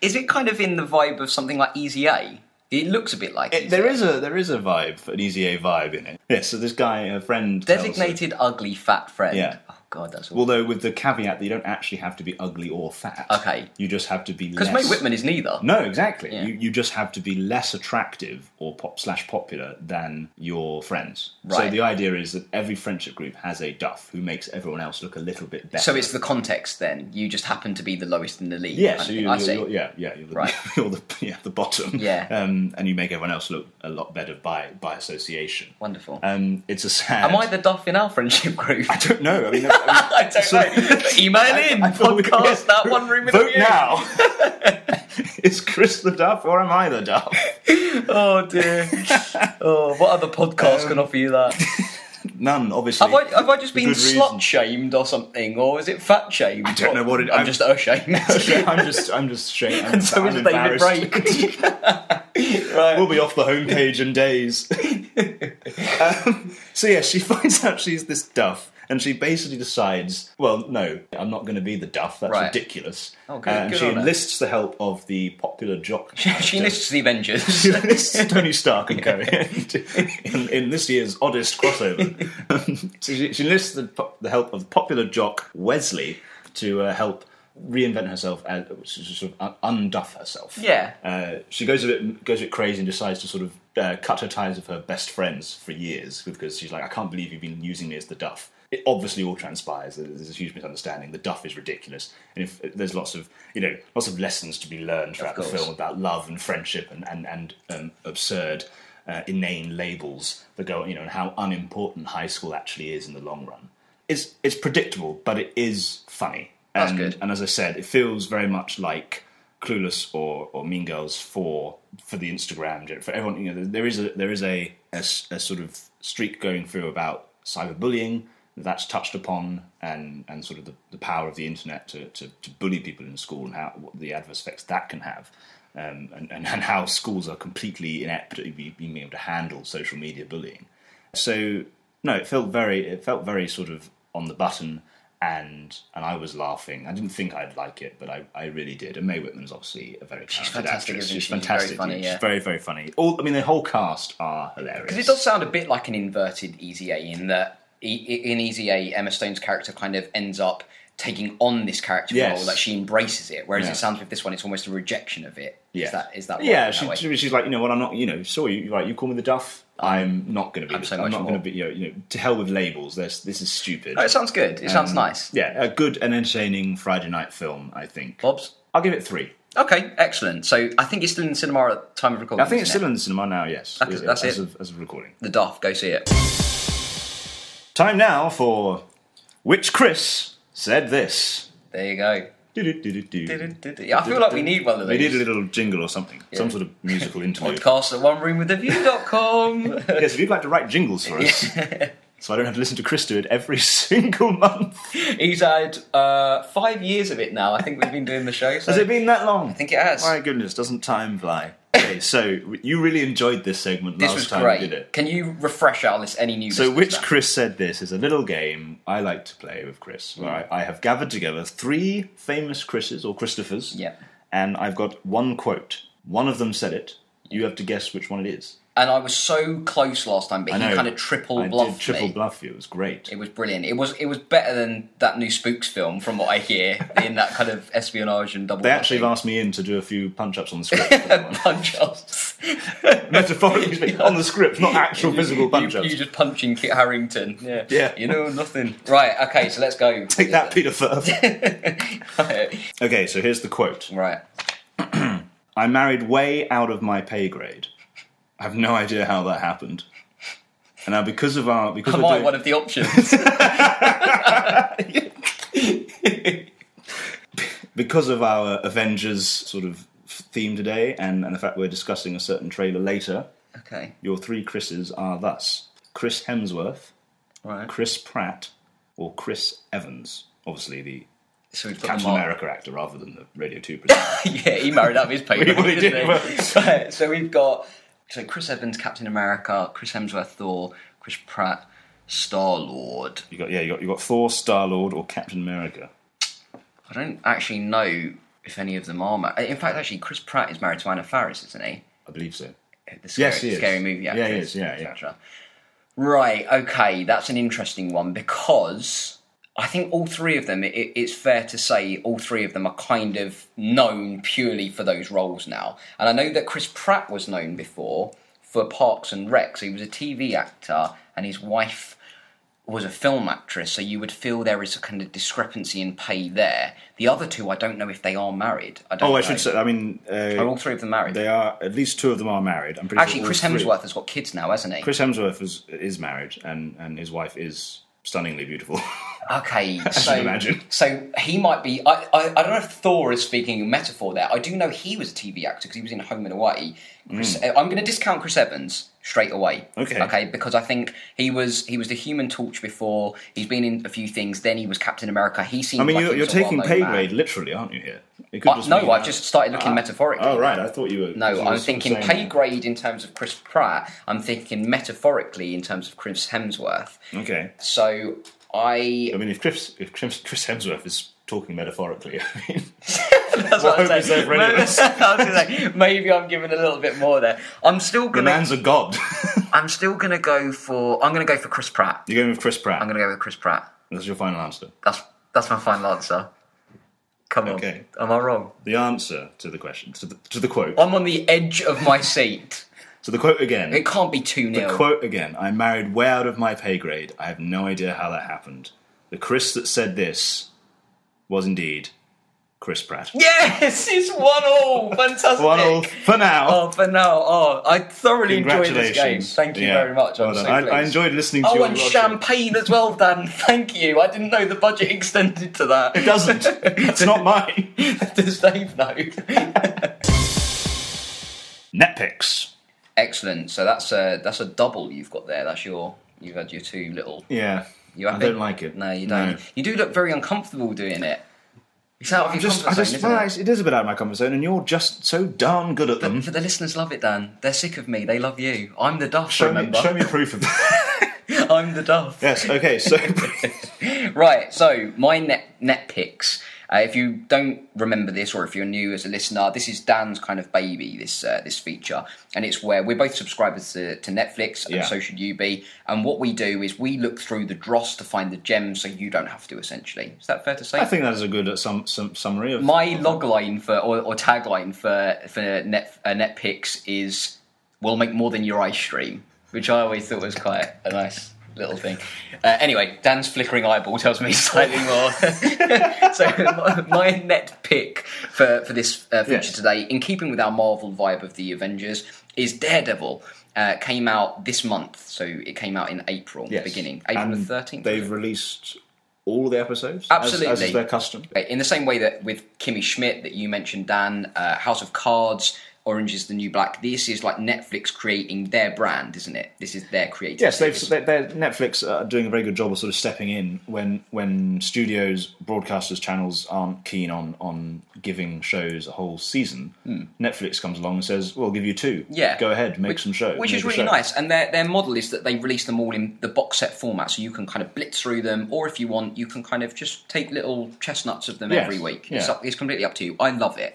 [SPEAKER 2] Is it kind of in the vibe of something like Easy A? It looks a bit like
[SPEAKER 3] It-
[SPEAKER 2] Easy
[SPEAKER 3] there
[SPEAKER 2] A.
[SPEAKER 3] is a there is a vibe, an easy A vibe in it. Yeah. So this guy, a friend, tells her-
[SPEAKER 2] designated ugly fat friend.
[SPEAKER 3] Yeah.
[SPEAKER 2] Oh god, that's awful.
[SPEAKER 3] Although with the caveat that you don't actually have to be ugly or fat.
[SPEAKER 2] Okay.
[SPEAKER 3] You just have to be
[SPEAKER 2] Because
[SPEAKER 3] less.
[SPEAKER 2] Mae Whitman is neither.
[SPEAKER 3] No, exactly.
[SPEAKER 2] Yeah.
[SPEAKER 3] You, you just have to be less attractive or pop slash popular than your friends. So
[SPEAKER 2] Right.
[SPEAKER 3] the idea is that every friendship group has a duff who makes everyone else look a little bit better.
[SPEAKER 2] So it's the context then. You just happen to be the lowest in the league.
[SPEAKER 3] yeah,
[SPEAKER 2] kind
[SPEAKER 3] so
[SPEAKER 2] of
[SPEAKER 3] you,
[SPEAKER 2] thing.
[SPEAKER 3] you're,
[SPEAKER 2] I see.
[SPEAKER 3] you're- yeah, yeah, you're the,
[SPEAKER 2] Right.
[SPEAKER 3] you're the yeah the bottom,
[SPEAKER 2] Yeah.
[SPEAKER 3] um, and you make everyone else look a lot better by by association.
[SPEAKER 2] Wonderful.
[SPEAKER 3] Um, it's a sad.
[SPEAKER 2] Am I the duff in our friendship group?
[SPEAKER 3] I don't know. I mean, I mean
[SPEAKER 2] I don't
[SPEAKER 3] So-
[SPEAKER 2] know. Email in,
[SPEAKER 3] I thought we-
[SPEAKER 2] podcast
[SPEAKER 3] yes.
[SPEAKER 2] that one room in the
[SPEAKER 3] Vote now. is Chris the Duff or am I the Duff?
[SPEAKER 2] Oh dear. oh, what other podcast
[SPEAKER 3] Um,
[SPEAKER 2] can offer you that?
[SPEAKER 3] None, obviously.
[SPEAKER 2] Have I, have I just
[SPEAKER 3] For
[SPEAKER 2] been
[SPEAKER 3] good reason.
[SPEAKER 2] slut shamed or something, or is it fat shamed? I
[SPEAKER 3] don't know what it-
[SPEAKER 2] I'm,
[SPEAKER 3] I'm-
[SPEAKER 2] just ashamed.
[SPEAKER 3] I'm just, I'm just ashamed. I'm,
[SPEAKER 2] and so
[SPEAKER 3] I'm
[SPEAKER 2] is David
[SPEAKER 3] embarrassed.
[SPEAKER 2] Brake. right.
[SPEAKER 3] We'll be off the homepage in days. um, so yeah, she finds out she's this Duff. And she basically decides, well, no, I'm not going to be the Duff. That's
[SPEAKER 2] Right.
[SPEAKER 3] ridiculous.
[SPEAKER 2] Oh, good-
[SPEAKER 3] and
[SPEAKER 2] good
[SPEAKER 3] she
[SPEAKER 2] on her.
[SPEAKER 3] enlists the help of the popular jock.
[SPEAKER 2] she
[SPEAKER 3] character.
[SPEAKER 2] lists the Avengers.
[SPEAKER 3] She enlists Tony Stark and co in, in this year's oddest Um, crossover. so she, she enlists the, po- the help of popular jock Wesley to uh, help reinvent herself and sort of unduff herself.
[SPEAKER 2] Yeah.
[SPEAKER 3] Uh, she goes a bit goes a bit crazy and decides to sort of uh, cut her ties with her best friends for years because she's like, I can't believe you've been using me as the duff. It obviously all transpires. that There's a huge misunderstanding. The duff is ridiculous, and if there's lots of you know lots of lessons to be learned throughout the
[SPEAKER 2] course.
[SPEAKER 3] film about love and friendship and and and um, absurd. Uh, inane labels that go, you know, and how unimportant high school actually is in the long run. It's it's predictable, but it is funny.
[SPEAKER 2] That's
[SPEAKER 3] and,
[SPEAKER 2] good.
[SPEAKER 3] And as I said, it feels very much like Clueless or, or Mean Girls for for the Instagram gen- for everyone. You know, there is a there is a, a s- a sort of streak going through about cyberbullying that's touched upon and and sort of the, the power of the internet to, to, to bully people in school and how what the adverse effects that can have. Um, and, and, and how schools are completely inept at be- being able to handle social media bullying. So no, it felt very it felt very sort of on the button and and I was laughing. I didn't think I'd like it, but I, I really did. And May Whitman is obviously a very talented
[SPEAKER 2] fantastic,
[SPEAKER 3] actress.
[SPEAKER 2] isn't she?
[SPEAKER 3] She's
[SPEAKER 2] She's very
[SPEAKER 3] fantastic.
[SPEAKER 2] funny, yeah.
[SPEAKER 3] She's very, very funny. All I mean the whole cast are hilarious.
[SPEAKER 2] Because it does sound a bit like an inverted Easy A in that E- E- in Easy A, Emma Stone's character kind of ends up taking on this character
[SPEAKER 3] Yes.
[SPEAKER 2] role, like she embraces it. Whereas
[SPEAKER 3] Yeah.
[SPEAKER 2] it sounds with this one, it's almost a rejection of it. Is that is that
[SPEAKER 3] yeah?
[SPEAKER 2] right, that
[SPEAKER 3] She,
[SPEAKER 2] way?
[SPEAKER 3] she- she's like, you know what? I'm not. You know, saw you. Right, you call me the Duff. I'm not going to be.
[SPEAKER 2] I'm
[SPEAKER 3] the-
[SPEAKER 2] so
[SPEAKER 3] I'm
[SPEAKER 2] much
[SPEAKER 3] not
[SPEAKER 2] more.
[SPEAKER 3] going to be. You know, you know, to hell with labels. This this is stupid.
[SPEAKER 2] No, Oh, it sounds good. It sounds nice.
[SPEAKER 3] Um, yeah, a good and entertaining Friday night film. I think.
[SPEAKER 2] Bob's
[SPEAKER 3] I'll give it three.
[SPEAKER 2] okay, excellent. So I think it's still in the cinema at the time of recording.
[SPEAKER 3] I think it's
[SPEAKER 2] isn't
[SPEAKER 3] still
[SPEAKER 2] it?
[SPEAKER 3] in the cinema now. Yes,
[SPEAKER 2] That's-
[SPEAKER 3] As-
[SPEAKER 2] that's
[SPEAKER 3] as
[SPEAKER 2] it.
[SPEAKER 3] of- as of recording.
[SPEAKER 2] the Duff. Go see it.
[SPEAKER 3] Time now for which Chris said this.
[SPEAKER 2] There you go.
[SPEAKER 3] Do-do-do-do-do.
[SPEAKER 2] Yeah, I feel like we need one of
[SPEAKER 3] We need a
[SPEAKER 2] these.
[SPEAKER 3] little jingle or something, some sort of musical interlude.
[SPEAKER 2] Podcast at one room with a view.com.
[SPEAKER 3] yes, if you'd like to write jingles for us, so I don't have to listen to Chris do it every single month.
[SPEAKER 2] He's had uh, five years of it now. I think we've been doing the show. So.
[SPEAKER 3] Has it been that long? I
[SPEAKER 2] think it has.
[SPEAKER 3] My goodness, doesn't time fly? Okay, so you really enjoyed this segment
[SPEAKER 2] This
[SPEAKER 3] last
[SPEAKER 2] was
[SPEAKER 3] time
[SPEAKER 2] great.
[SPEAKER 3] you did it.
[SPEAKER 2] Can you refresh our list? Any new?
[SPEAKER 3] So,
[SPEAKER 2] listeners
[SPEAKER 3] which
[SPEAKER 2] now?
[SPEAKER 3] Chris said this is a little game I like to play with Chris,
[SPEAKER 2] Mm.
[SPEAKER 3] where I, I have gathered together three famous Chris's or Christophers,
[SPEAKER 2] Yeah.
[SPEAKER 3] and I've got one quote. One of them said it. You have to guess which one it is.
[SPEAKER 2] And I was so close last time, but
[SPEAKER 3] I
[SPEAKER 2] he
[SPEAKER 3] know,
[SPEAKER 2] kind of triple
[SPEAKER 3] I
[SPEAKER 2] bluffed
[SPEAKER 3] did triple
[SPEAKER 2] me.
[SPEAKER 3] bluff you. It was great.
[SPEAKER 2] It was brilliant. It was it was better than that new Spooks film, from what I hear, in that kind of espionage and double.
[SPEAKER 3] they actually have
[SPEAKER 2] bluffing.
[SPEAKER 3] asked me in to do a few punch ups on the script. for that one.
[SPEAKER 2] punch ups.
[SPEAKER 3] Metaphorically speaking, on the script, not actual physical punch
[SPEAKER 2] You,
[SPEAKER 3] ups.
[SPEAKER 2] you just punching Kit Harrington. Yeah.
[SPEAKER 3] Yeah.
[SPEAKER 2] You know nothing. Right. Okay. So let's go.
[SPEAKER 3] Take that, Peter Firth.
[SPEAKER 2] Right.
[SPEAKER 3] okay, so here's the quote.
[SPEAKER 2] right.
[SPEAKER 3] I married way out of my pay grade. I have no idea how that happened. And now because of our because
[SPEAKER 2] Am
[SPEAKER 3] we're
[SPEAKER 2] I
[SPEAKER 3] doing-
[SPEAKER 2] one of the options?
[SPEAKER 3] because of our Avengers sort of theme today and, and the fact we're discussing a certain trailer later,
[SPEAKER 2] okay.
[SPEAKER 3] your three Chris's are thus Chris Hemsworth,
[SPEAKER 2] Right.
[SPEAKER 3] Chris Pratt, or Chris Evans. Obviously the
[SPEAKER 2] So we've got
[SPEAKER 3] Captain
[SPEAKER 2] Mark-
[SPEAKER 3] America actor rather than the Radio 2 presenter.
[SPEAKER 2] Yeah, he married out of his paper.
[SPEAKER 3] Well, he
[SPEAKER 2] didn't
[SPEAKER 3] did,
[SPEAKER 2] he?
[SPEAKER 3] but-
[SPEAKER 2] Right, so we've got so Chris Evans, Captain America, Chris Hemsworth, Thor, Chris Pratt, Star Lord.
[SPEAKER 3] you got yeah, you got you got Thor, Star Lord, or Captain America.
[SPEAKER 2] I don't actually know if any of them are. Ma- in fact, actually, Chris Pratt is married to Anna Faris, isn't he?
[SPEAKER 3] I believe so.
[SPEAKER 2] The scary,
[SPEAKER 3] Yes, he is.
[SPEAKER 2] scary movie
[SPEAKER 3] Yeah,
[SPEAKER 2] actress.
[SPEAKER 3] he is, yeah, yeah.
[SPEAKER 2] etc.. Right. Okay, that's an interesting one because. I think all three of them. It, it's fair to say all three of them are kind of known purely for those roles now. And I know that Chris Pratt was known before for Parks and Rec. So he was a TV actor, and his wife was a film actress. So you would feel there is a kind of discrepancy in pay there. The other two, I don't know if they are married. I don't
[SPEAKER 3] Oh, I
[SPEAKER 2] know.
[SPEAKER 3] should say. I mean,
[SPEAKER 2] Are
[SPEAKER 3] uh,
[SPEAKER 2] all three of them married?
[SPEAKER 3] they are at least two of them are married. I'm pretty
[SPEAKER 2] Actually,
[SPEAKER 3] sure all
[SPEAKER 2] Chris
[SPEAKER 3] three-
[SPEAKER 2] Hemsworth has got kids now, hasn't he?
[SPEAKER 3] Chris Hemsworth is is married, and and his wife is stunningly beautiful.
[SPEAKER 2] Okay, so
[SPEAKER 3] imagine.
[SPEAKER 2] so he might be. I, I I don't know if Thor is speaking in metaphor there. I do know he was a TV actor because he was in Home and Away. Chris, I'm going to discount Chris Evans straight away.
[SPEAKER 3] Mm. Okay.
[SPEAKER 2] okay, because I think he was he was the Human Torch before. He's been in a few things. Then he was Captain America. He seemed.
[SPEAKER 3] I mean,
[SPEAKER 2] like
[SPEAKER 3] you're,
[SPEAKER 2] he
[SPEAKER 3] you're
[SPEAKER 2] was a
[SPEAKER 3] taking
[SPEAKER 2] well-known
[SPEAKER 3] pay
[SPEAKER 2] man.
[SPEAKER 3] grade literally, aren't you? Here, it
[SPEAKER 2] Uh, no, I've just started looking metaphorically.
[SPEAKER 3] Oh right, I thought you were. you
[SPEAKER 2] No,
[SPEAKER 3] were
[SPEAKER 2] I'm thinking
[SPEAKER 3] saying-
[SPEAKER 2] pay grade in terms of Chris Pratt. I'm thinking metaphorically in terms of Chris Hemsworth.
[SPEAKER 3] Okay,
[SPEAKER 2] So I
[SPEAKER 3] I mean, if Chris if Chris Chris Hemsworth is talking metaphorically, I mean,
[SPEAKER 2] That's what
[SPEAKER 3] I hope
[SPEAKER 2] I'm
[SPEAKER 3] he's
[SPEAKER 2] saying.
[SPEAKER 3] there for any of
[SPEAKER 2] Maybe,
[SPEAKER 3] us.
[SPEAKER 2] I was gonna say, maybe I'm giving a little bit more there. I'm still
[SPEAKER 3] the
[SPEAKER 2] gonna.
[SPEAKER 3] man's a god.
[SPEAKER 2] I'm still gonna go for. I'm gonna go for Chris Pratt.
[SPEAKER 3] You're going with Chris Pratt.
[SPEAKER 2] I'm gonna go with Chris Pratt.
[SPEAKER 3] That's your final answer.
[SPEAKER 2] That's that's my final answer.
[SPEAKER 4] Come on.
[SPEAKER 3] Okay.
[SPEAKER 4] Am I wrong?
[SPEAKER 3] The answer to the question, to the, to the quote,
[SPEAKER 2] I'm on the edge of my seat.
[SPEAKER 3] to the quote again.
[SPEAKER 2] It can't be 2
[SPEAKER 3] The
[SPEAKER 2] 0.
[SPEAKER 3] quote again. I married way out of my pay grade. I have no idea how that happened. The Chris that said this was indeed Chris Pratt.
[SPEAKER 2] yes, it's 1 all. Fantastic.
[SPEAKER 3] One all for now.
[SPEAKER 2] Oh, for now. Oh, I thoroughly enjoyed this game.
[SPEAKER 3] Congratulations.
[SPEAKER 2] Thank you
[SPEAKER 3] Yeah.
[SPEAKER 2] very much.
[SPEAKER 3] Well
[SPEAKER 2] I'm
[SPEAKER 3] done.
[SPEAKER 2] so
[SPEAKER 3] I, I
[SPEAKER 2] pleased.
[SPEAKER 3] enjoyed listening to you.
[SPEAKER 2] Oh, and
[SPEAKER 3] watch it.
[SPEAKER 2] champagne as well, Dan. Thank you. I didn't know the budget extended to that.
[SPEAKER 3] It doesn't. It's not mine.
[SPEAKER 2] Does Dave know?
[SPEAKER 3] Netpicks.
[SPEAKER 2] Excellent. So that's a that's a double you've got there. That's your you've had your two little.
[SPEAKER 3] Yeah.
[SPEAKER 2] You
[SPEAKER 3] I
[SPEAKER 2] happy?
[SPEAKER 3] don't like it.
[SPEAKER 2] No, you don't. You do look very uncomfortable doing it. It's out of your
[SPEAKER 3] Just, I
[SPEAKER 2] comfort
[SPEAKER 3] just
[SPEAKER 2] zone, isn't it?
[SPEAKER 3] realised it is a bit out of my comfort zone, and you're just so darn good at them.
[SPEAKER 2] But the listeners love it, Dan. They're sick of me. They love you. I'm the duff.
[SPEAKER 3] Show me,
[SPEAKER 2] remember,
[SPEAKER 3] show me proof of that.
[SPEAKER 2] I'm the duff.
[SPEAKER 3] yes. Okay. So
[SPEAKER 2] Right. So my net net picks. Uh, if you don't remember this, or if you're new as a listener, this is Dan's kind of baby. This uh, this feature, and it's where we're both subscribers to, to Netflix, and
[SPEAKER 3] Yeah.
[SPEAKER 2] so should you be. And what we do is we look through the dross to find the gems, so you don't have to. Essentially, is that fair to say?
[SPEAKER 3] I think that is a good uh, sum, sum, summary of
[SPEAKER 2] my logline for or, or tagline for for net uh, netpicks is "We'll make more than your ice stream," which I always thought was quite a nice little thing. Uh, anyway, Dan's flickering eyeball tells me slightly more. so my, my net pick for for this uh, feature
[SPEAKER 3] Yes.
[SPEAKER 2] today, in keeping with our Marvel vibe of the Avengers, is Daredevil. Uh, came out this month, so it came out in April,
[SPEAKER 3] Yes.
[SPEAKER 2] beginning April
[SPEAKER 3] And
[SPEAKER 2] the thirteenth.
[SPEAKER 3] They've released all the episodes, as- as,
[SPEAKER 2] Absolutely.
[SPEAKER 3] is their custom.
[SPEAKER 2] In the same way that with Kimmy Schmidt that you mentioned, Dan, uh, House of Cards, Orange is the New Black, this is like Netflix creating their brand, isn't it? This is their creative.
[SPEAKER 3] Yes, they've they they're, Netflix are doing a very good job of sort of stepping in when when studios, broadcasters, channels aren't keen on on giving shows a whole season. Netflix comes along and says, "We'll give you two.
[SPEAKER 2] Hmm. Yeah.
[SPEAKER 3] go ahead, make some shows."
[SPEAKER 2] Which is
[SPEAKER 3] make a
[SPEAKER 2] really
[SPEAKER 3] show."
[SPEAKER 2] nice. And their, their model is that they release them all in the box set format, so you can kind of blitz through them, or if you want, you can kind of just take little chestnuts of them
[SPEAKER 3] Yes,
[SPEAKER 2] every week.
[SPEAKER 3] yeah.
[SPEAKER 2] It's, up, it's completely up to you. I love it.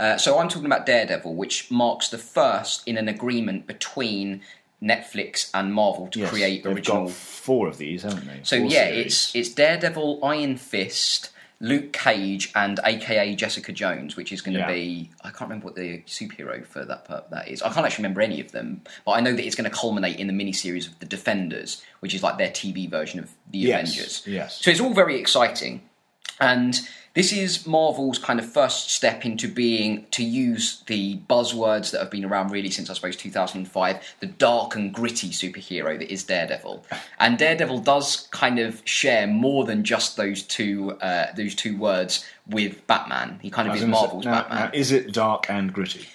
[SPEAKER 2] Uh, so I'm talking about Daredevil, which marks the first in an agreement between Netflix and Marvel to
[SPEAKER 3] Yes,
[SPEAKER 2] create
[SPEAKER 3] they've
[SPEAKER 2] original
[SPEAKER 3] got four of these, haven't they?
[SPEAKER 2] So
[SPEAKER 3] Four
[SPEAKER 2] yeah,
[SPEAKER 3] series.
[SPEAKER 2] it's it's Daredevil, Iron Fist, Luke Cage, and AKA Jessica Jones, which is going to
[SPEAKER 3] Yeah.
[SPEAKER 2] be I can't remember what the superhero for that per- that is. I can't actually remember any of them, but I know that it's going to culminate in the miniseries of the Defenders, which is like their TV version of the
[SPEAKER 3] Yes,
[SPEAKER 2] Avengers.
[SPEAKER 3] yes.
[SPEAKER 2] So it's all very exciting. And this is Marvel's kind of first step into being, to use the buzzwords that have been around really since I suppose 2005, the dark and gritty superhero that is Daredevil. And Daredevil does kind of share more than just those two uh, those two words with Batman. He kind
[SPEAKER 3] I
[SPEAKER 2] of
[SPEAKER 3] was
[SPEAKER 2] is
[SPEAKER 3] gonna say-
[SPEAKER 2] Marvel's
[SPEAKER 3] now-
[SPEAKER 2] Batman
[SPEAKER 3] now, is it dark and gritty?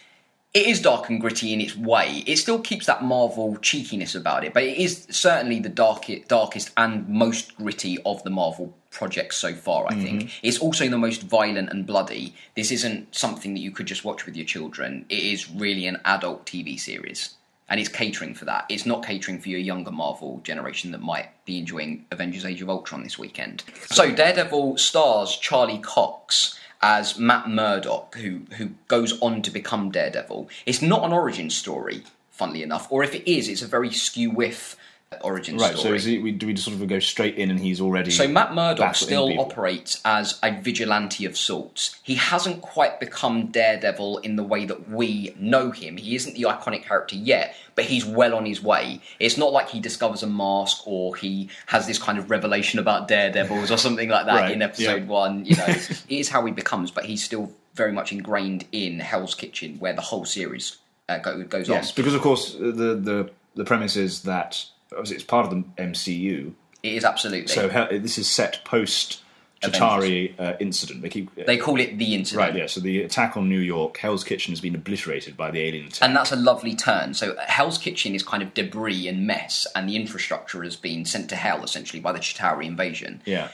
[SPEAKER 2] it is dark and gritty in its way. It still keeps that Marvel cheekiness about it, but it is certainly the darkest, darkest and most gritty of the Marvel projects so far. I think it's also the most violent and bloody. This isn't something that you could just watch with your children. It is really an adult TV series, and it's catering for that. It's not catering for your younger Marvel generation that might be enjoying Avengers: Age of Ultron this weekend. So Daredevil stars Charlie Cox as Matt Murdock, who who goes on to become Daredevil. It's not an origin story, funnily enough, or if it is, it's a very skew whiff origin
[SPEAKER 3] Right. So
[SPEAKER 2] story.
[SPEAKER 3] is he, we, do we just sort of go straight in, and he's already
[SPEAKER 2] So Matt Murdock
[SPEAKER 3] battling
[SPEAKER 2] still
[SPEAKER 3] people?
[SPEAKER 2] operates as a vigilante of sorts. He hasn't quite become Daredevil in the way that we know him. He isn't the iconic character yet, but he's well on his way. It's not like he discovers a mask or he has this kind of revelation about Daredevils or something like that
[SPEAKER 3] Right,
[SPEAKER 2] in episode
[SPEAKER 3] yeah.
[SPEAKER 2] one. You know, it is how he becomes, but he's still very much ingrained in Hell's Kitchen, where the whole series uh, go, goes
[SPEAKER 3] Yes,
[SPEAKER 2] on.
[SPEAKER 3] because of course the the the premise is that obviously it's part of the MCU.
[SPEAKER 2] It is absolutely.
[SPEAKER 3] So how, this is set post Chitari uh, incident. They keep
[SPEAKER 2] they call it the incident.
[SPEAKER 3] right, yeah. So the attack on New York, Hell's Kitchen has been obliterated by the alien attack.
[SPEAKER 2] and that's a lovely turn. So Hell's Kitchen is kind of debris and mess, and the infrastructure has been sent to hell essentially by the Chitauri invasion,
[SPEAKER 3] yeah,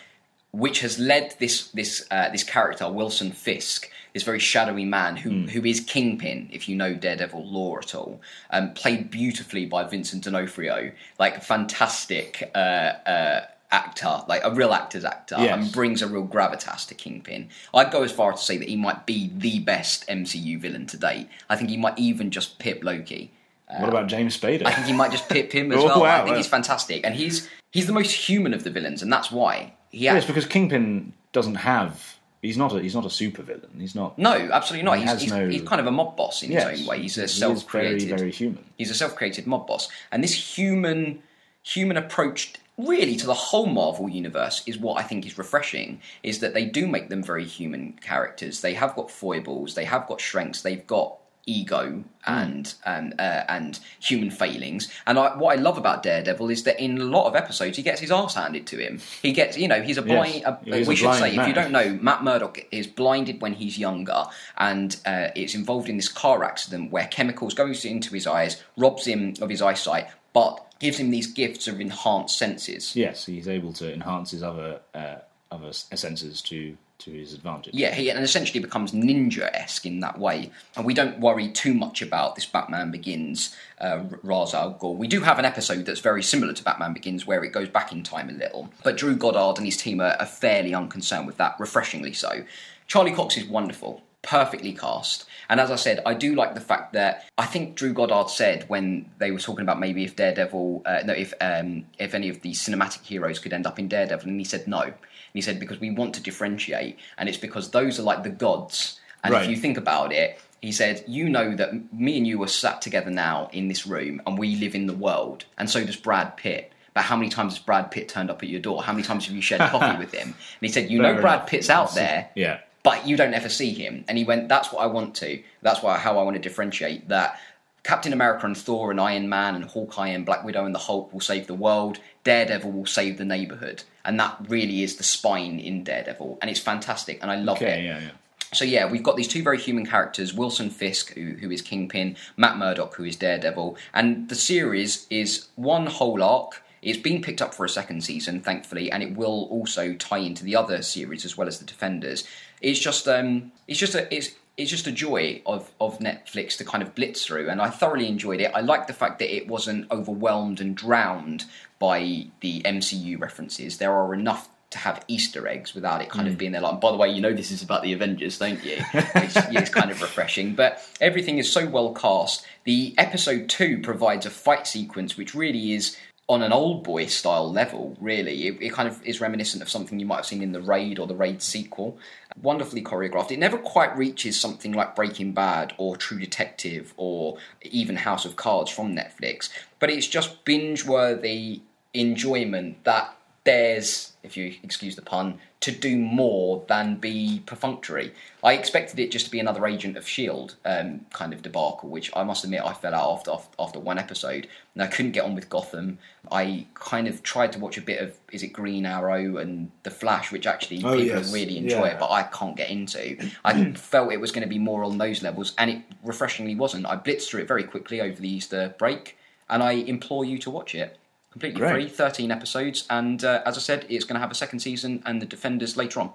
[SPEAKER 2] which has led this this uh, this character Wilson Fisk, this very shadowy man who
[SPEAKER 3] Hmm.
[SPEAKER 2] who is Kingpin, if you know Daredevil lore at all, um, played beautifully by Vincent D'Onofrio, like fantastic. Uh, uh, Actor, like a real actor's actor,
[SPEAKER 3] Yes.
[SPEAKER 2] and brings a real gravitas to Kingpin. I'd go as far as to say that he might be the best MCU villain to date. I think he might even just pip Loki.
[SPEAKER 3] what about James Spader?
[SPEAKER 2] uh, I think he might just pip him as
[SPEAKER 3] Oh,
[SPEAKER 2] well. I
[SPEAKER 3] wow,
[SPEAKER 2] think
[SPEAKER 3] yeah.
[SPEAKER 2] he's fantastic, and he's he's the most human of the villains, and that's why he
[SPEAKER 3] yes,
[SPEAKER 2] act-
[SPEAKER 3] because Kingpin doesn't have. He's not a he's not a supervillain. He's not.
[SPEAKER 2] No, absolutely not.
[SPEAKER 3] He
[SPEAKER 2] he's,
[SPEAKER 3] has
[SPEAKER 2] he's,
[SPEAKER 3] no-
[SPEAKER 2] he's kind of a mob boss in
[SPEAKER 3] Yes,
[SPEAKER 2] his own way. He's
[SPEAKER 3] he
[SPEAKER 2] a
[SPEAKER 3] is
[SPEAKER 2] self-created,
[SPEAKER 3] very very human.
[SPEAKER 2] he's a self-created mob boss, and this human human approach really to the whole Marvel universe is what I think is refreshing. Is that they do make them very human characters. They have got foibles, they have got strengths, they've got
[SPEAKER 3] Hmm.
[SPEAKER 2] ego and and uh, and human failings. And I, what I love about Daredevil is that in a lot of episodes he gets his ass handed to him. He gets you know he's a blind.
[SPEAKER 3] Yes,
[SPEAKER 2] a-
[SPEAKER 3] he's
[SPEAKER 2] we
[SPEAKER 3] a
[SPEAKER 2] should
[SPEAKER 3] blind
[SPEAKER 2] say if you
[SPEAKER 3] man.
[SPEAKER 2] don't know no, Matt Murdock is blinded when he's younger, and uh, it's involved in this car accident where chemicals goes into his eyes, robs him of his eyesight, but gives him these gifts of enhanced senses.
[SPEAKER 3] Yes, he's able to enhance his other uh, other s- senses to to his advantage.
[SPEAKER 2] Yeah, he and essentially becomes ninja esque in that way. And we don't worry too much about this Batman Begins, uh, R- Ra's al Ghul. We do have an episode that's very similar to Batman Begins where it goes back in time a little. But Drew Goddard and his team are, are fairly unconcerned with that, refreshingly so. Charlie Cox is wonderful, perfectly cast. And as I said, I do like the fact that I think Drew Goddard said when they were talking about maybe if Daredevil, uh, no, if um, if any of the cinematic heroes could end up in Daredevil, and he said no. And he said because we want to differentiate, and it's because those are like the gods. And if
[SPEAKER 3] Right.
[SPEAKER 2] you think about it, he said, you know that m- me and you are sat together now in this room, and we live in the world, and so does Brad Pitt. But how many times has Brad Pitt turned up at your door? How many times have you shared coffee with him? And he said, you know
[SPEAKER 3] Fair
[SPEAKER 2] Brad
[SPEAKER 3] enough.
[SPEAKER 2] Pitt's out there
[SPEAKER 3] Yeah.
[SPEAKER 2] but you don't ever see him. And he went, that's what I want to. That's why how I want to differentiate that. Captain America and Thor and Iron Man and Hawkeye and Black Widow and the Hulk will save the world. Daredevil will save the neighborhood, and that really is the spine in Daredevil, and it's fantastic, and I love it.
[SPEAKER 3] Okay. Yeah. Yeah.
[SPEAKER 2] So yeah, we've got these two very human characters: Wilson Fisk, who, who is Kingpin, Matt Murdock, who is Daredevil, and the series is one whole arc. It's been picked up for a second season, thankfully, and it will also tie into the other series as well as the Defenders. It's just, um, it's just a, it's. It's just a joy of, of Netflix to kind of blitz through, and I thoroughly enjoyed it. I like the fact that it wasn't overwhelmed and drowned by the MCU references. There are enough to have Easter eggs without it kind of being there. Like, by the way, you know this is about the Avengers, don't you? It's, yeah, it's kind of refreshing. But everything is so well cast. The episode two provides a fight sequence which really is on an old boy style level. Really, it, it kind of is reminiscent of something you might have seen in the Raid or the Raid sequel. Wonderfully choreographed. It never quite reaches something like Breaking Bad or True Detective or even House of Cards from Netflix, but it's just binge worthy enjoyment that dares, if you excuse the pun, to do more than be perfunctory. I expected it just to be another Agent of Shield um, kind of debacle, which I must admit I fell out after after one episode, and I couldn't get on with Gotham. I kind of tried to watch a bit of is it Green Arrow and The Flash, which actually
[SPEAKER 3] Oh,
[SPEAKER 2] people
[SPEAKER 3] yes.
[SPEAKER 2] really enjoy
[SPEAKER 3] Yeah.
[SPEAKER 2] it, but I can't get into. I felt it was going to be more on those levels, and it refreshingly wasn't. I blitzed through it very quickly over the Easter break, and I implore you to watch it. Completely
[SPEAKER 3] Great.
[SPEAKER 2] free, 13 episodes, and uh, as I said, it's going to have a second season and the Defenders later on.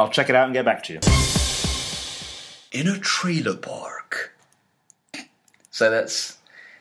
[SPEAKER 3] I'll check it out and get back to you.
[SPEAKER 2] In a trailer park. So that's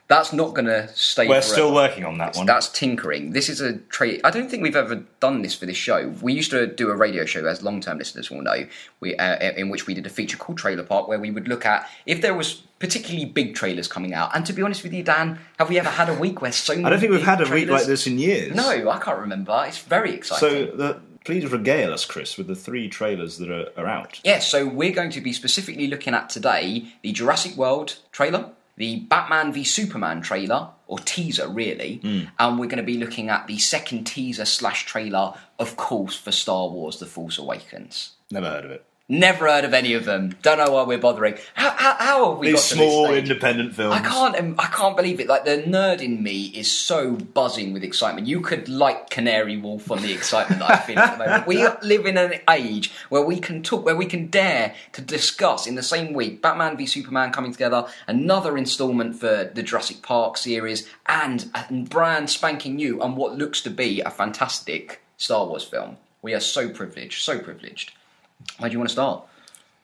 [SPEAKER 2] that's not going to stay.
[SPEAKER 3] We're
[SPEAKER 2] forever.
[SPEAKER 3] still working on that one.
[SPEAKER 2] That's tinkering. This is a trade. I don't think we've ever done this for this show. We used to do a radio show, as long-term listeners will know, we, uh, in which we did a feature called Trailer Park, where we would look at if there was particularly big trailers coming out. And to be honest with you, Dan, have we ever had a week where so?
[SPEAKER 3] I don't think we've had a week like this in years.
[SPEAKER 2] No, I can't remember. It's very exciting.
[SPEAKER 3] So the, please regale us, Chris, with the three trailers that are, are out.
[SPEAKER 2] Yeah, so we're going to be specifically looking at today the Jurassic World trailer, the Batman v Superman trailer, or teaser really, and we're going to be looking at the second teaser slash trailer, of course, for Star Wars The Force Awakens.
[SPEAKER 3] Never heard of it.
[SPEAKER 2] Never heard of any of them. Don't know why we're bothering. How, how, how have we
[SPEAKER 3] These
[SPEAKER 2] got to this
[SPEAKER 3] small
[SPEAKER 2] stage?
[SPEAKER 3] independent films.
[SPEAKER 2] I can't. um, I can't believe it. Like the nerd in me is so buzzing with excitement. You could like Canary Wolf on the excitement that I feel at the moment. We live in an age where we can talk, where we can dare to discuss in the same week Batman v Superman coming together, another instalment for the Jurassic Park series, and a brand spanking new and what looks to be a fantastic Star Wars film. We are so privileged, so privileged. Where do you want to start?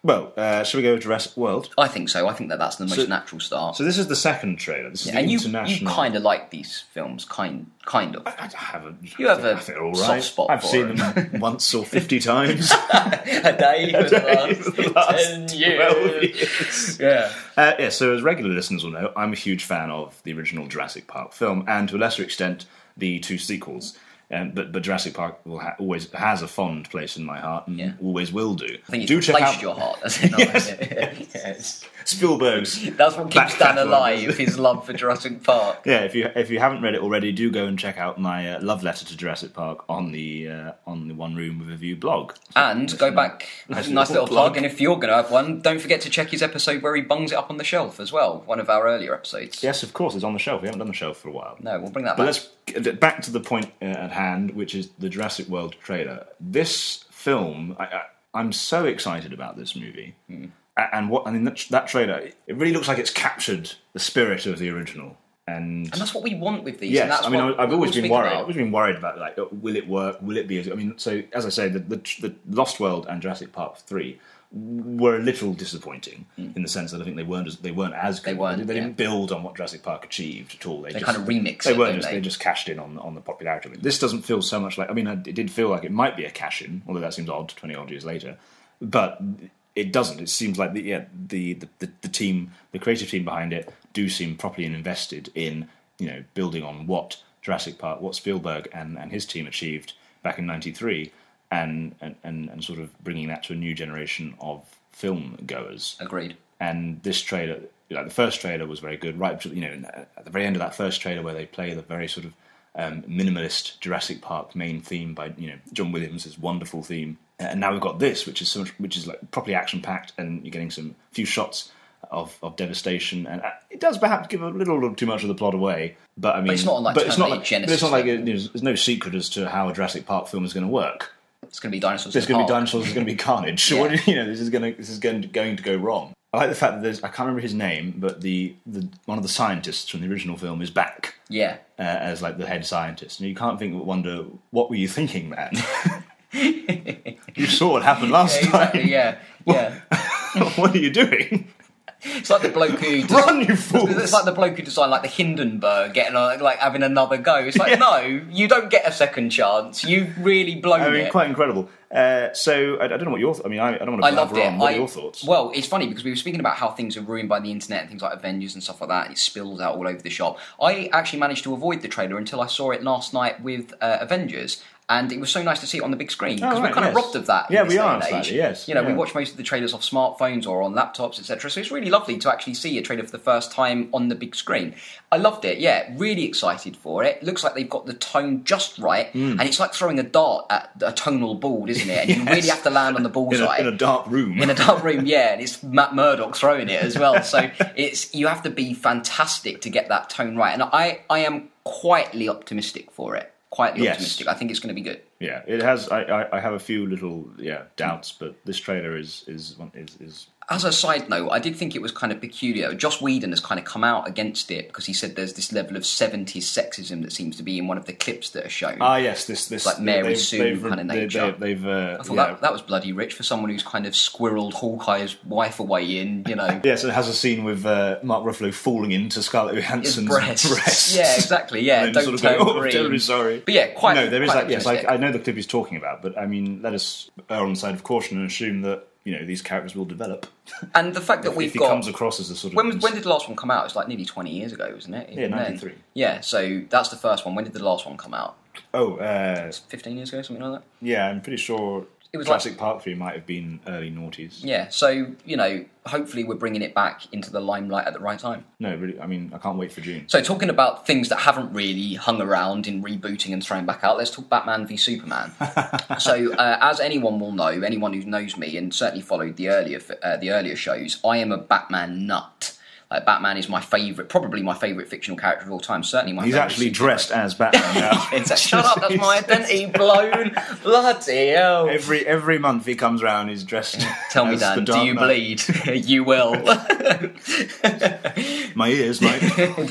[SPEAKER 3] Well, uh, should we go to Jurassic World?
[SPEAKER 2] I think so. I think that that's the most natural start.
[SPEAKER 3] So this is the second trailer. This is the
[SPEAKER 2] and you, you
[SPEAKER 3] international.
[SPEAKER 2] kind of like these films, kind kind of.
[SPEAKER 3] I haven't.
[SPEAKER 2] You have a
[SPEAKER 3] I think they're all
[SPEAKER 2] soft
[SPEAKER 3] right.
[SPEAKER 2] spot
[SPEAKER 3] I've
[SPEAKER 2] for
[SPEAKER 3] seen them once or fifty times.
[SPEAKER 2] A day for the last
[SPEAKER 3] The last
[SPEAKER 2] 10
[SPEAKER 3] 12
[SPEAKER 2] years.
[SPEAKER 3] years.
[SPEAKER 2] Yeah.
[SPEAKER 3] Uh, yeah, so as regular listeners will know, I'm a huge fan of the original Jurassic Park film and to a lesser extent the two sequels. Um, but but Jurassic Park will ha- always has a fond place in my heart and
[SPEAKER 2] Yeah.
[SPEAKER 3] always will do.
[SPEAKER 2] I think
[SPEAKER 3] do
[SPEAKER 2] it's placed your heart. That's, it? Yes.
[SPEAKER 3] Spielberg's.
[SPEAKER 2] That's what
[SPEAKER 3] Back
[SPEAKER 2] keeps Dan
[SPEAKER 3] catalogue.
[SPEAKER 2] alive, his love for Jurassic Park.
[SPEAKER 3] Yeah, if you if you haven't read it already, do go and check out my uh, love letter to Jurassic Park on the uh, on the One Room with a View blog.
[SPEAKER 2] And go back, nice,
[SPEAKER 3] Nice little
[SPEAKER 2] little
[SPEAKER 3] plug.
[SPEAKER 2] plug. And if you're going to have one, don't forget to check his episode where he bungs it up on the shelf as well. One of our earlier episodes.
[SPEAKER 3] Yes, of course, it's on the shelf. We haven't done the shelf for a while.
[SPEAKER 2] No, we'll bring that
[SPEAKER 3] But
[SPEAKER 2] back.
[SPEAKER 3] let's get back to the point uh, at hand, which is the Jurassic World trailer. This film, I, I, I'm so excited about this movie, A- and what I mean that, that trailer, it really looks like it's captured the spirit of the original. And,
[SPEAKER 2] And that's what we want with these. and
[SPEAKER 3] yes,
[SPEAKER 2] that's
[SPEAKER 3] I mean,
[SPEAKER 2] what
[SPEAKER 3] I- I've
[SPEAKER 2] we'll
[SPEAKER 3] always been
[SPEAKER 2] speak
[SPEAKER 3] worried. I've
[SPEAKER 2] about.
[SPEAKER 3] always been worried about like, uh, will it work? Will it be? As, I mean, so as I say, the, the, the Lost World and Jurassic Park three were a little disappointing in the sense that I think they weren't as, they weren't as good.
[SPEAKER 2] Hmm. They weren't,
[SPEAKER 3] They, didn't
[SPEAKER 2] yeah.
[SPEAKER 3] build on what Jurassic Park achieved at all. They, just,
[SPEAKER 2] kind of remixed
[SPEAKER 3] They
[SPEAKER 2] it,
[SPEAKER 3] weren't
[SPEAKER 2] don't
[SPEAKER 3] just
[SPEAKER 2] they?
[SPEAKER 3] they just cashed in on on the popularity of it. This doesn't feel so much like. I mean, it did feel like it might be a cash in, although that seems odd twenty odd years later. But it doesn't. It seems like the yeah the the, the, the team, the creative team behind it, do seem properly invested in you know building on what Jurassic Park, what Spielberg and and his team achieved back in '93, and and and and sort of bringing that to a new generation of film goers
[SPEAKER 2] Agreed.
[SPEAKER 3] and this trailer, like the first trailer, was very good. Right, up to- you know, at the very end of that first trailer, where they play the very sort of um, minimalist Jurassic Park main theme by you know John Williams' wonderful theme, and now we've got this, which is so much, which is like properly action packed, and you're getting some few shots of, of devastation, and uh, it does perhaps give a little, little too much of the plot away. But I mean,
[SPEAKER 2] it's not like
[SPEAKER 3] but it's not
[SPEAKER 2] Terminator
[SPEAKER 3] like,
[SPEAKER 2] Genisys
[SPEAKER 3] but it's not like a, there's, there's no secret as to how a Jurassic Park film is going to work.
[SPEAKER 2] It's going to be dinosaurs.
[SPEAKER 3] There's
[SPEAKER 2] in
[SPEAKER 3] going to
[SPEAKER 2] the
[SPEAKER 3] be
[SPEAKER 2] park.
[SPEAKER 3] dinosaurs. There's going to be carnage.
[SPEAKER 2] Yeah.
[SPEAKER 3] What do you know, this is going to this is going to, going to go wrong. I like the fact that there's I can't remember his name, but the, the one of the scientists from the original film is back
[SPEAKER 2] Yeah.
[SPEAKER 3] uh, as like the head scientist, and you can't think wonder what were you thinking, man? you saw what happened last
[SPEAKER 2] Exactly, yeah. Yeah.
[SPEAKER 3] time. what are you doing?
[SPEAKER 2] It's like the bloke who des-
[SPEAKER 3] Run, you
[SPEAKER 2] It's
[SPEAKER 3] fools!
[SPEAKER 2] like the bloke who designed like the Hindenburg getting on, like having another go. It's like
[SPEAKER 3] Yeah.
[SPEAKER 2] no, you don't get a second chance. You've really blown
[SPEAKER 3] I mean,
[SPEAKER 2] it.
[SPEAKER 3] quite incredible. Uh, so I, I don't know what your. Th- I mean, I, I don't want to.
[SPEAKER 2] I loved it.
[SPEAKER 3] on. What
[SPEAKER 2] I-
[SPEAKER 3] are your thoughts?
[SPEAKER 2] Well, it's funny because we were speaking about how things are ruined by the internet and things like Avengers and stuff like that. It spills out all over the shop. I actually managed to avoid the trailer until I saw it last night with uh, Avengers. And it was so nice to see it on the big screen because
[SPEAKER 3] Oh, right,
[SPEAKER 2] we're kind
[SPEAKER 3] yes.
[SPEAKER 2] of robbed of that. in
[SPEAKER 3] Yeah,
[SPEAKER 2] this
[SPEAKER 3] we
[SPEAKER 2] day
[SPEAKER 3] are
[SPEAKER 2] and age.
[SPEAKER 3] slightly, yes,
[SPEAKER 2] you know, we
[SPEAKER 3] yeah.
[SPEAKER 2] watch most of the trailers off smartphones or on laptops, etc. So it's really lovely to actually see a trailer for the first time on the big screen. I loved it. Yeah, really excited for it. Looks like they've got the tone just right,
[SPEAKER 3] Hmm.
[SPEAKER 2] and it's like throwing a dart at a tonal ball, isn't it? And you really have to land on the
[SPEAKER 3] in, a,
[SPEAKER 2] bullseye
[SPEAKER 3] in a dark room.
[SPEAKER 2] in a dark room, yeah, and it's Matt Murdock throwing it as well. So it's you have to be fantastic to get that tone right, and I I am quietly optimistic for it. Quietly
[SPEAKER 3] Yes.
[SPEAKER 2] optimistic. I think it's going to be good.
[SPEAKER 3] yeah, it has. I, I, I have a few little yeah doubts, but this trailer is is one- is, is
[SPEAKER 2] As a side note, I did think it was kind of peculiar. Joss Whedon has kind of come out against it because he said there's this level of 70s sexism that seems to be in one of the clips that are shown.
[SPEAKER 3] Ah, yes, this this
[SPEAKER 2] Like Mary
[SPEAKER 3] they've-
[SPEAKER 2] Sue
[SPEAKER 3] they've-
[SPEAKER 2] kind of
[SPEAKER 3] they-
[SPEAKER 2] nature.
[SPEAKER 3] They, have uh,
[SPEAKER 2] I thought
[SPEAKER 3] yeah.
[SPEAKER 2] that, that was bloody rich for someone who's kind of squirreled Hawkeye's wife away in, you know.
[SPEAKER 3] yes, it has a scene with uh, Mark Ruffalo falling into Scarlett
[SPEAKER 2] His
[SPEAKER 3] Johansson's
[SPEAKER 2] breasts.
[SPEAKER 3] breasts.
[SPEAKER 2] Yeah, exactly. Yeah,
[SPEAKER 3] And
[SPEAKER 2] don't
[SPEAKER 3] then sort of
[SPEAKER 2] turn
[SPEAKER 3] going, "Oh, I'm
[SPEAKER 2] green.
[SPEAKER 3] terribly sorry.
[SPEAKER 2] But yeah, quite.
[SPEAKER 3] no, there is
[SPEAKER 2] quite
[SPEAKER 3] that. Yes, I,
[SPEAKER 2] optimistic.
[SPEAKER 3] I know the clip he's talking about, but I mean, let us err on the side of caution and assume that you know these characters will develop.
[SPEAKER 2] and the fact that we've
[SPEAKER 3] if he
[SPEAKER 2] got
[SPEAKER 3] comes across as a sort of
[SPEAKER 2] When, was, when did the last one come out? It's like nearly 20 years ago, isn't it? Even then.
[SPEAKER 3] 93.
[SPEAKER 2] Yeah, so that's the first one. When did the last one come out?
[SPEAKER 3] oh uh,
[SPEAKER 2] 15 years ago, something like that?
[SPEAKER 3] yeah, I'm pretty sure
[SPEAKER 2] It was like-
[SPEAKER 3] Jurassic Park three might have been early noughties.
[SPEAKER 2] Yeah, so, you know, hopefully we're bringing it back into the limelight at the right time.
[SPEAKER 3] No, really, I mean, I can't wait for June.
[SPEAKER 2] So, talking about things that haven't really hung around in rebooting and throwing back out, let's talk Batman v Superman. so, uh, as anyone will know, anyone who knows me and certainly followed the earlier f- uh, the earlier shows, I am a Batman nut. Like Batman is my favorite, probably my favorite fictional character of all time. Certainly my.
[SPEAKER 3] He's
[SPEAKER 2] favourite
[SPEAKER 3] actually
[SPEAKER 2] superhero.
[SPEAKER 3] dressed as Batman now.
[SPEAKER 2] It's like, Shut up! That's my identity blown. Bloody hell!
[SPEAKER 3] Every every month he comes round, he's dressed.
[SPEAKER 2] Tell me,
[SPEAKER 3] as the
[SPEAKER 2] Dan, do
[SPEAKER 3] Dark
[SPEAKER 2] you
[SPEAKER 3] Knight.
[SPEAKER 2] bleed? you will.
[SPEAKER 3] My ears, mate.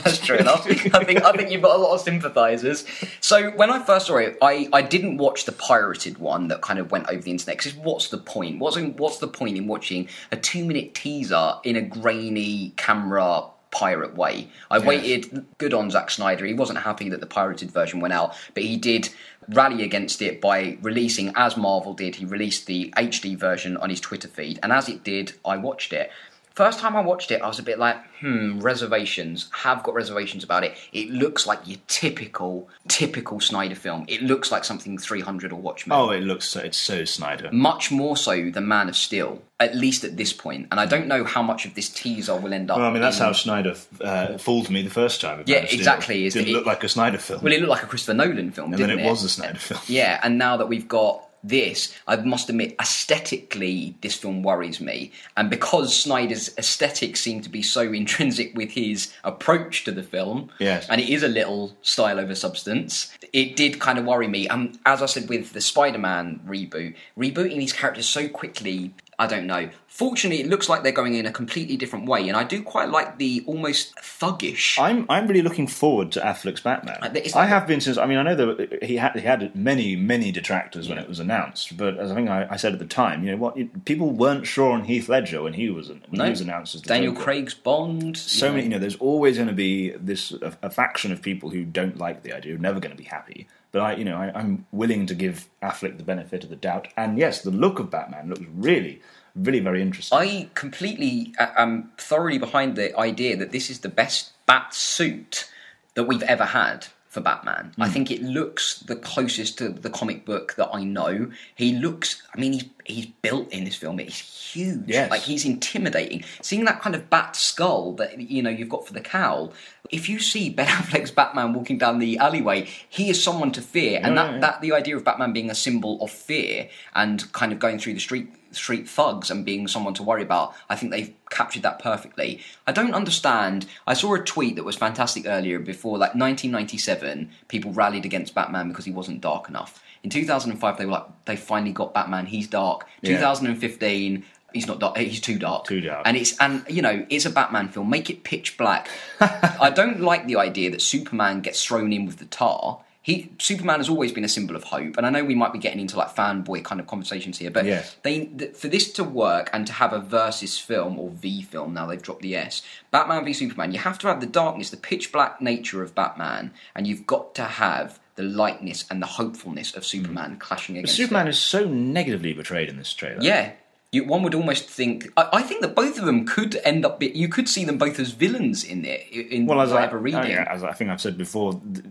[SPEAKER 2] That's true enough. I think I think you've got a lot of sympathisers. So when I first saw it, I, I didn't watch the pirated one that kind of went over the internet because what's the point? What's in, what's the point in watching a two minute teaser in a grainy camera? Pirate way. I waited good on Zack Snyder. He wasn't happy that the pirated version went out, but he did rally against it by releasing, as Marvel did, he released the HD version on his Twitter feed. And as it did, I watched it. First time I watched it, I was a bit like, hmm, reservations. Have got reservations about it. It looks like your typical, typical Snyder film. It looks like something 300 or Watchmen.
[SPEAKER 3] Oh, it looks so, it's so Snyder.
[SPEAKER 2] Much more so than Man of Steel, at least at this point. And I don't know how much of this teaser will end up.
[SPEAKER 3] Well, I mean, that's
[SPEAKER 2] in-
[SPEAKER 3] how Snyder uh, fooled me the first time. with
[SPEAKER 2] Yeah,
[SPEAKER 3] Man of Steel.
[SPEAKER 2] exactly, is
[SPEAKER 3] Didn't
[SPEAKER 2] that it-
[SPEAKER 3] look like a Snyder film,
[SPEAKER 2] Well, it looked like a Christopher Nolan film,
[SPEAKER 3] and
[SPEAKER 2] didn't
[SPEAKER 3] then it
[SPEAKER 2] it
[SPEAKER 3] was a Snyder film.
[SPEAKER 2] Yeah, and now that we've got this, I must admit, aesthetically, this film worries me. And because Snyder's aesthetics seem to be so intrinsic with his approach to the film,
[SPEAKER 3] Yes.
[SPEAKER 2] and it is a little style over substance, it did kind of worry me. And as I said with the Spider Man reboot, rebooting these characters so quickly. I don't know. Fortunately, it looks like they're going in a completely different way, and I do quite like the almost thuggish.
[SPEAKER 3] I'm I'm really looking forward to Affleck's Batman.
[SPEAKER 2] Uh, it's
[SPEAKER 3] I
[SPEAKER 2] like-
[SPEAKER 3] have been since. I mean, I know that he had he had many many detractors when it was announced, but as I think I, I said at the time, you know what, it- people weren't sure on Heath Ledger when he was when
[SPEAKER 2] No.
[SPEAKER 3] he was announced as the
[SPEAKER 2] Daniel
[SPEAKER 3] Joker.
[SPEAKER 2] Craig's Bond.
[SPEAKER 3] So many, you know, there's always going to be this a, a faction of people who don't like the idea, who are never going to be happy. But I, you know, I, I'm willing to give Affleck the benefit of the doubt. And yes, the look of Batman looks really, really very interesting.
[SPEAKER 2] I completely uh, am thoroughly behind the idea that this is the best bat suit that we've ever had for Batman. I think it looks the closest to the comic book that I know. He looks, I mean, he's, he's built in this film. It's huge.
[SPEAKER 3] Yes.
[SPEAKER 2] Like, he's intimidating. Seeing that kind of bat skull that, you know, you've got for the cowl, if you see Ben Affleck's Batman walking down the alleyway, he is someone to fear. and
[SPEAKER 3] Yeah,
[SPEAKER 2] that,
[SPEAKER 3] yeah.
[SPEAKER 2] that the idea of Batman being a symbol of fear and kind of going through the street street thugs and being someone to worry about, I think they've captured that perfectly. I don't understand. I saw a tweet that was fantastic earlier before like 1997 people rallied against Batman because he wasn't dark enough. In 2005 they were like they finally got Batman, he's dark.
[SPEAKER 3] Yeah.
[SPEAKER 2] 2015 he's not dark, he's too dark.
[SPEAKER 3] Too dark.
[SPEAKER 2] And it's and you know, it's a Batman film. Make it pitch black. I don't like the idea that Superman gets thrown in with the tar. He Superman has always been a symbol of hope, and I know we might be getting into like fanboy kind of conversations here, but
[SPEAKER 3] Yes.
[SPEAKER 2] they th- for this to work and to have a versus film or V film now they've dropped the S. Batman v Superman, you have to have the darkness, the pitch black nature of Batman, and you've got to have the lightness and the hopefulness of Superman clashing against it.
[SPEAKER 3] Superman is so negatively portrayed in this trailer.
[SPEAKER 2] Yeah. You, one would almost think. I, I think that both of them could end up. Be, you could see them both as villains in there. In
[SPEAKER 3] well, as I,
[SPEAKER 2] whatever reading.
[SPEAKER 3] oh, yeah, as I think I've said before, the,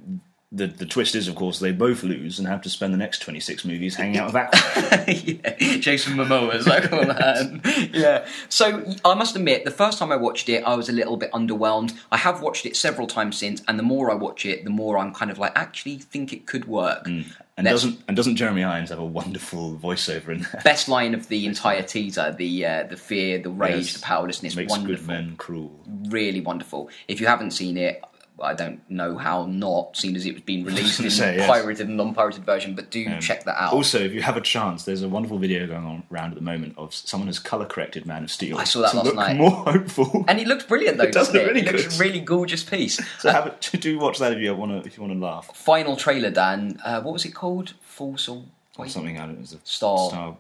[SPEAKER 3] the the twist is, of course, they both lose and have to spend the next twenty six movies hanging out with Aquaman.
[SPEAKER 2] yeah, Jason Momoa's Aquaman. yeah. So I must admit, the first time I watched it, I was a little bit underwhelmed. I have watched it several times since, and the more I watch it, the more I'm kind of like, actually, think it could work.
[SPEAKER 3] Mm. and
[SPEAKER 2] Let's-
[SPEAKER 3] doesn't and doesn't Jeremy Irons have a wonderful voiceover in there?
[SPEAKER 2] Best line of the entire teaser: the uh, the fear, the rage,
[SPEAKER 3] Yes.
[SPEAKER 2] the powerlessness.
[SPEAKER 3] Makes
[SPEAKER 2] wonderful.
[SPEAKER 3] good men cruel.
[SPEAKER 2] really wonderful. If you haven't seen it, I don't know how not, seen as it was being released in
[SPEAKER 3] Say, yes.
[SPEAKER 2] pirated and non-pirated version, but do check that out.
[SPEAKER 3] Also, if you have a chance, there's a wonderful video going on around at the moment of someone has color corrected Man of Steel. I
[SPEAKER 2] saw that
[SPEAKER 3] to
[SPEAKER 2] last
[SPEAKER 3] look
[SPEAKER 2] night.
[SPEAKER 3] More hopeful.
[SPEAKER 2] and it looks brilliant though,
[SPEAKER 3] It does
[SPEAKER 2] doesn't it? it
[SPEAKER 3] look really
[SPEAKER 2] looks a
[SPEAKER 3] good.
[SPEAKER 2] really gorgeous piece.
[SPEAKER 3] so have it, do watch that if you want to if you want to laugh.
[SPEAKER 2] Final trailer, Dan. Uh, what was it called? False or
[SPEAKER 3] Or
[SPEAKER 2] wait,
[SPEAKER 3] something I don't know. it's a
[SPEAKER 2] Star-
[SPEAKER 3] Star Star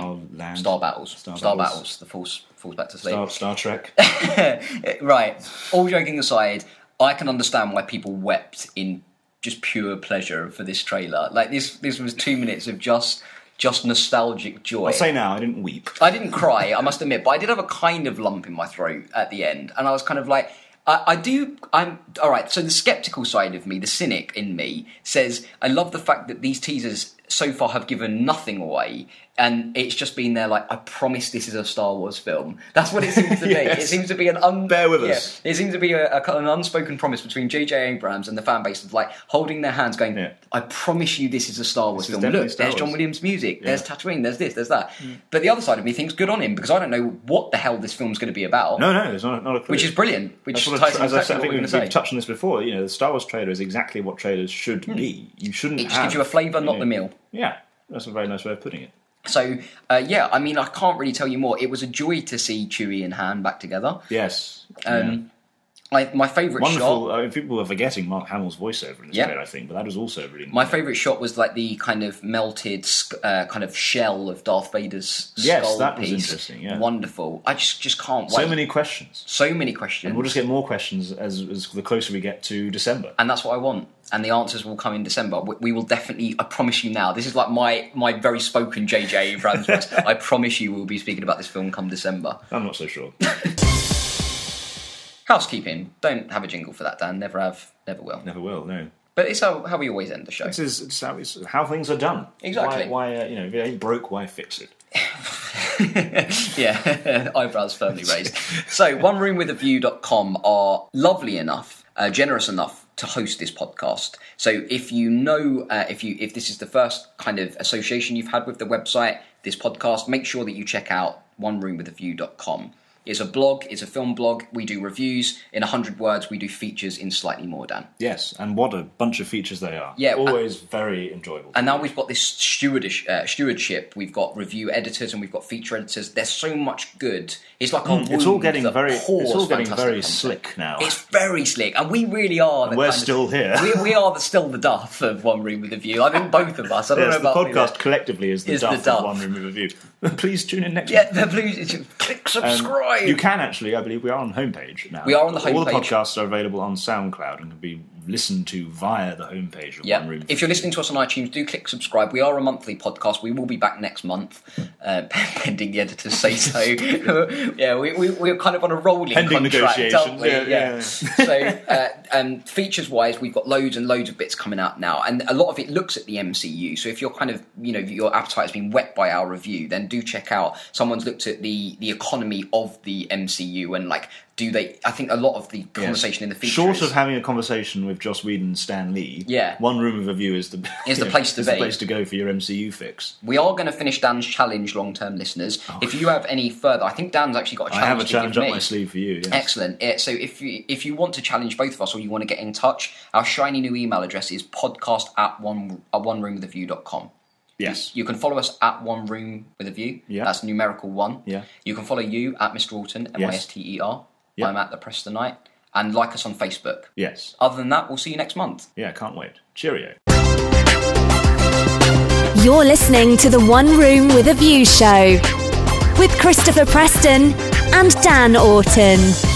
[SPEAKER 2] something.
[SPEAKER 3] Land.
[SPEAKER 2] Star battles. Star,
[SPEAKER 3] Star
[SPEAKER 2] battles.
[SPEAKER 3] Battles.
[SPEAKER 2] The false falls back to sleep. Eh,
[SPEAKER 3] Star, Star Trek.
[SPEAKER 2] right. All joking aside, I can understand why people wept in just pure pleasure for this trailer. Like this, this was two minutes of just, just nostalgic joy.
[SPEAKER 3] I'll say now, I didn't weep.
[SPEAKER 2] I didn't cry, I must admit, but I did have a kind of lump in my throat at the end, and I was kind of like, I, I do. I'm all right. So the skeptical side of me, the cynic in me, says, I love the fact that these teasers so far have given nothing away, and it's just been there. Like, I promise this is a Star Wars film. That's what it seems to be. It
[SPEAKER 3] Yes.
[SPEAKER 2] seems to be an un-
[SPEAKER 3] Bear with
[SPEAKER 2] yeah,
[SPEAKER 3] us.
[SPEAKER 2] It seems to be a, a- an unspoken promise between J.J. Abrams and the fan base of like holding their hands, going,
[SPEAKER 3] Yeah.
[SPEAKER 2] "I promise you, this is a Star Wars
[SPEAKER 3] is
[SPEAKER 2] film.
[SPEAKER 3] definitely
[SPEAKER 2] Look,
[SPEAKER 3] Star
[SPEAKER 2] there's John
[SPEAKER 3] Wars."
[SPEAKER 2] Williams music. There's
[SPEAKER 3] Yeah. Mm.
[SPEAKER 2] Tatooine. There's this. There's that. But the other side of me thinks good on him because I don't know what the hell this film's going to be about.
[SPEAKER 3] No, no, there's not, not a clue.
[SPEAKER 2] which is brilliant. Which
[SPEAKER 3] That's what
[SPEAKER 2] ties into
[SPEAKER 3] a tra- as I
[SPEAKER 2] exactly
[SPEAKER 3] said, I
[SPEAKER 2] what
[SPEAKER 3] think
[SPEAKER 2] we're
[SPEAKER 3] we've,
[SPEAKER 2] going to say.
[SPEAKER 3] we've touched on this before. You know, the Star Wars trailer is exactly what trailers should be. You shouldn't.
[SPEAKER 2] Hmm. It just
[SPEAKER 3] have,
[SPEAKER 2] gives you a flavour, not the meal.
[SPEAKER 3] Yeah, that's a very nice way of putting it.
[SPEAKER 2] So uh, yeah, I mean, I can't really tell you more. It was a joy to see Chewie and Han back together.
[SPEAKER 3] Yes.
[SPEAKER 2] Um, I, my favorite shot.
[SPEAKER 3] Wonderful. I mean, people were forgetting Mark Hamill's voiceover in this
[SPEAKER 2] Yeah.
[SPEAKER 3] bit, I think, but that was also really
[SPEAKER 2] My favourite shot was like the kind of melted sc- uh, kind of shell of Darth Vader's
[SPEAKER 3] Yes,
[SPEAKER 2] skull
[SPEAKER 3] that was
[SPEAKER 2] piece.
[SPEAKER 3] interesting, yeah.
[SPEAKER 2] Wonderful. I just just can't wait.
[SPEAKER 3] So many questions.
[SPEAKER 2] so many questions,
[SPEAKER 3] We'll just get more questions as, as the closer we get to December.
[SPEAKER 2] and that's what I want. And the answers will come in December. We, we will definitely. I promise you now. This is like my my very spoken JJ Abrams. voice. I promise you, we'll be speaking about this film come December.
[SPEAKER 3] I'm not so sure.
[SPEAKER 2] Housekeeping. Don't have a jingle for that, Dan. Never have. Never will.
[SPEAKER 3] Never will. No.
[SPEAKER 2] But it's how, how we always end the show.
[SPEAKER 3] This is it's how, it's how things are done.
[SPEAKER 2] Exactly.
[SPEAKER 3] Why, why uh, you know, if it ain't broke, why fix it?
[SPEAKER 2] yeah, eyebrows firmly raised. So, oneroomwithaview.com are lovely enough, uh, generous enough to host this podcast. So, if you know, uh, if you if this is the first kind of association you've had with the website, this podcast, make sure that you check out oneroomwithaview.com. It's a blog, it's a film blog. We do reviews in 100 words, we do features in slightly more, Dan.
[SPEAKER 3] Yes, and what a bunch of features they are.
[SPEAKER 2] Yeah,
[SPEAKER 3] always very enjoyable.
[SPEAKER 2] And now we've got this stewardish, uh, stewardship. We've got review editors and we've got feature editors. There's so much good. It's like a
[SPEAKER 3] Mm, it's all
[SPEAKER 2] wound
[SPEAKER 3] getting
[SPEAKER 2] that
[SPEAKER 3] very, it's
[SPEAKER 2] pours
[SPEAKER 3] all getting
[SPEAKER 2] fantastic
[SPEAKER 3] very
[SPEAKER 2] content.
[SPEAKER 3] slick now.
[SPEAKER 2] It's very slick, and we really are. The
[SPEAKER 3] We're
[SPEAKER 2] kind of-
[SPEAKER 3] still here.
[SPEAKER 2] we, we are the, still the duff of One Room with a View. I think both of us. I don't know
[SPEAKER 3] Yes, the
[SPEAKER 2] about
[SPEAKER 3] podcast
[SPEAKER 2] you.
[SPEAKER 3] collectively is the
[SPEAKER 2] is the
[SPEAKER 3] duff
[SPEAKER 2] duff.
[SPEAKER 3] of one room with a view. Please tune in next.
[SPEAKER 2] Yeah, the blues. Click
[SPEAKER 3] Um,
[SPEAKER 2] subscribe.
[SPEAKER 3] You can actually, I believe, we are on homepage now.
[SPEAKER 2] We are on the
[SPEAKER 3] All the
[SPEAKER 2] homepage.
[SPEAKER 3] podcasts are available on SoundCloud and can be listened to via the homepage of One
[SPEAKER 2] Yeah.
[SPEAKER 3] Room.
[SPEAKER 2] If you're listening to us on iTunes, do click subscribe. We are a monthly podcast. We will be back next month, uh, pending the editors say so. yeah, we, we, we're kind of on a rolling
[SPEAKER 3] Pending
[SPEAKER 2] contract, aren't
[SPEAKER 3] negotiations.
[SPEAKER 2] we?
[SPEAKER 3] Yeah, yeah.
[SPEAKER 2] so, uh, um, features wise, we've got loads and loads of bits coming out now, and a lot of it looks at the MCU. So, if you're kind of you know your appetite has been wet by our review, then do check out. Someone's looked at the the economy of the MCU and like. Do they? I think a lot of the conversation in the feature
[SPEAKER 3] Short
[SPEAKER 2] is-
[SPEAKER 3] of having a conversation with Joss Whedon and Stan Lee,
[SPEAKER 2] Yeah.
[SPEAKER 3] One Room with a View is the
[SPEAKER 2] Is the place to
[SPEAKER 3] is
[SPEAKER 2] be.
[SPEAKER 3] the place to go for your MCU fix.
[SPEAKER 2] We are going to finish Dan's challenge, long term listeners. If you have any further, I think Dan's actually got a challenge.
[SPEAKER 3] Oh. I have a
[SPEAKER 2] to
[SPEAKER 3] challenge
[SPEAKER 2] give
[SPEAKER 3] up
[SPEAKER 2] me.
[SPEAKER 3] my sleeve for you. Yes.
[SPEAKER 2] Excellent. Yeah, so if you, if you want to challenge both of us or you want to get in touch, our shiny new email address is podcast at one, uh, one room with a view dot com.
[SPEAKER 3] Yes.
[SPEAKER 2] You can follow us at one room with a view.
[SPEAKER 3] Yeah.
[SPEAKER 2] That's numerical one.
[SPEAKER 3] Yeah.
[SPEAKER 2] You can follow you at Mr. Alton, M I S T E R.
[SPEAKER 3] Yeah.
[SPEAKER 2] I'm at the Prestonite. And like us on Facebook.
[SPEAKER 3] Yes.
[SPEAKER 2] Other than that, we'll see you next month.
[SPEAKER 3] Yeah, can't wait. Cheerio.
[SPEAKER 1] You're listening to the One Room with a View show with Christopher Preston and Dan Orton.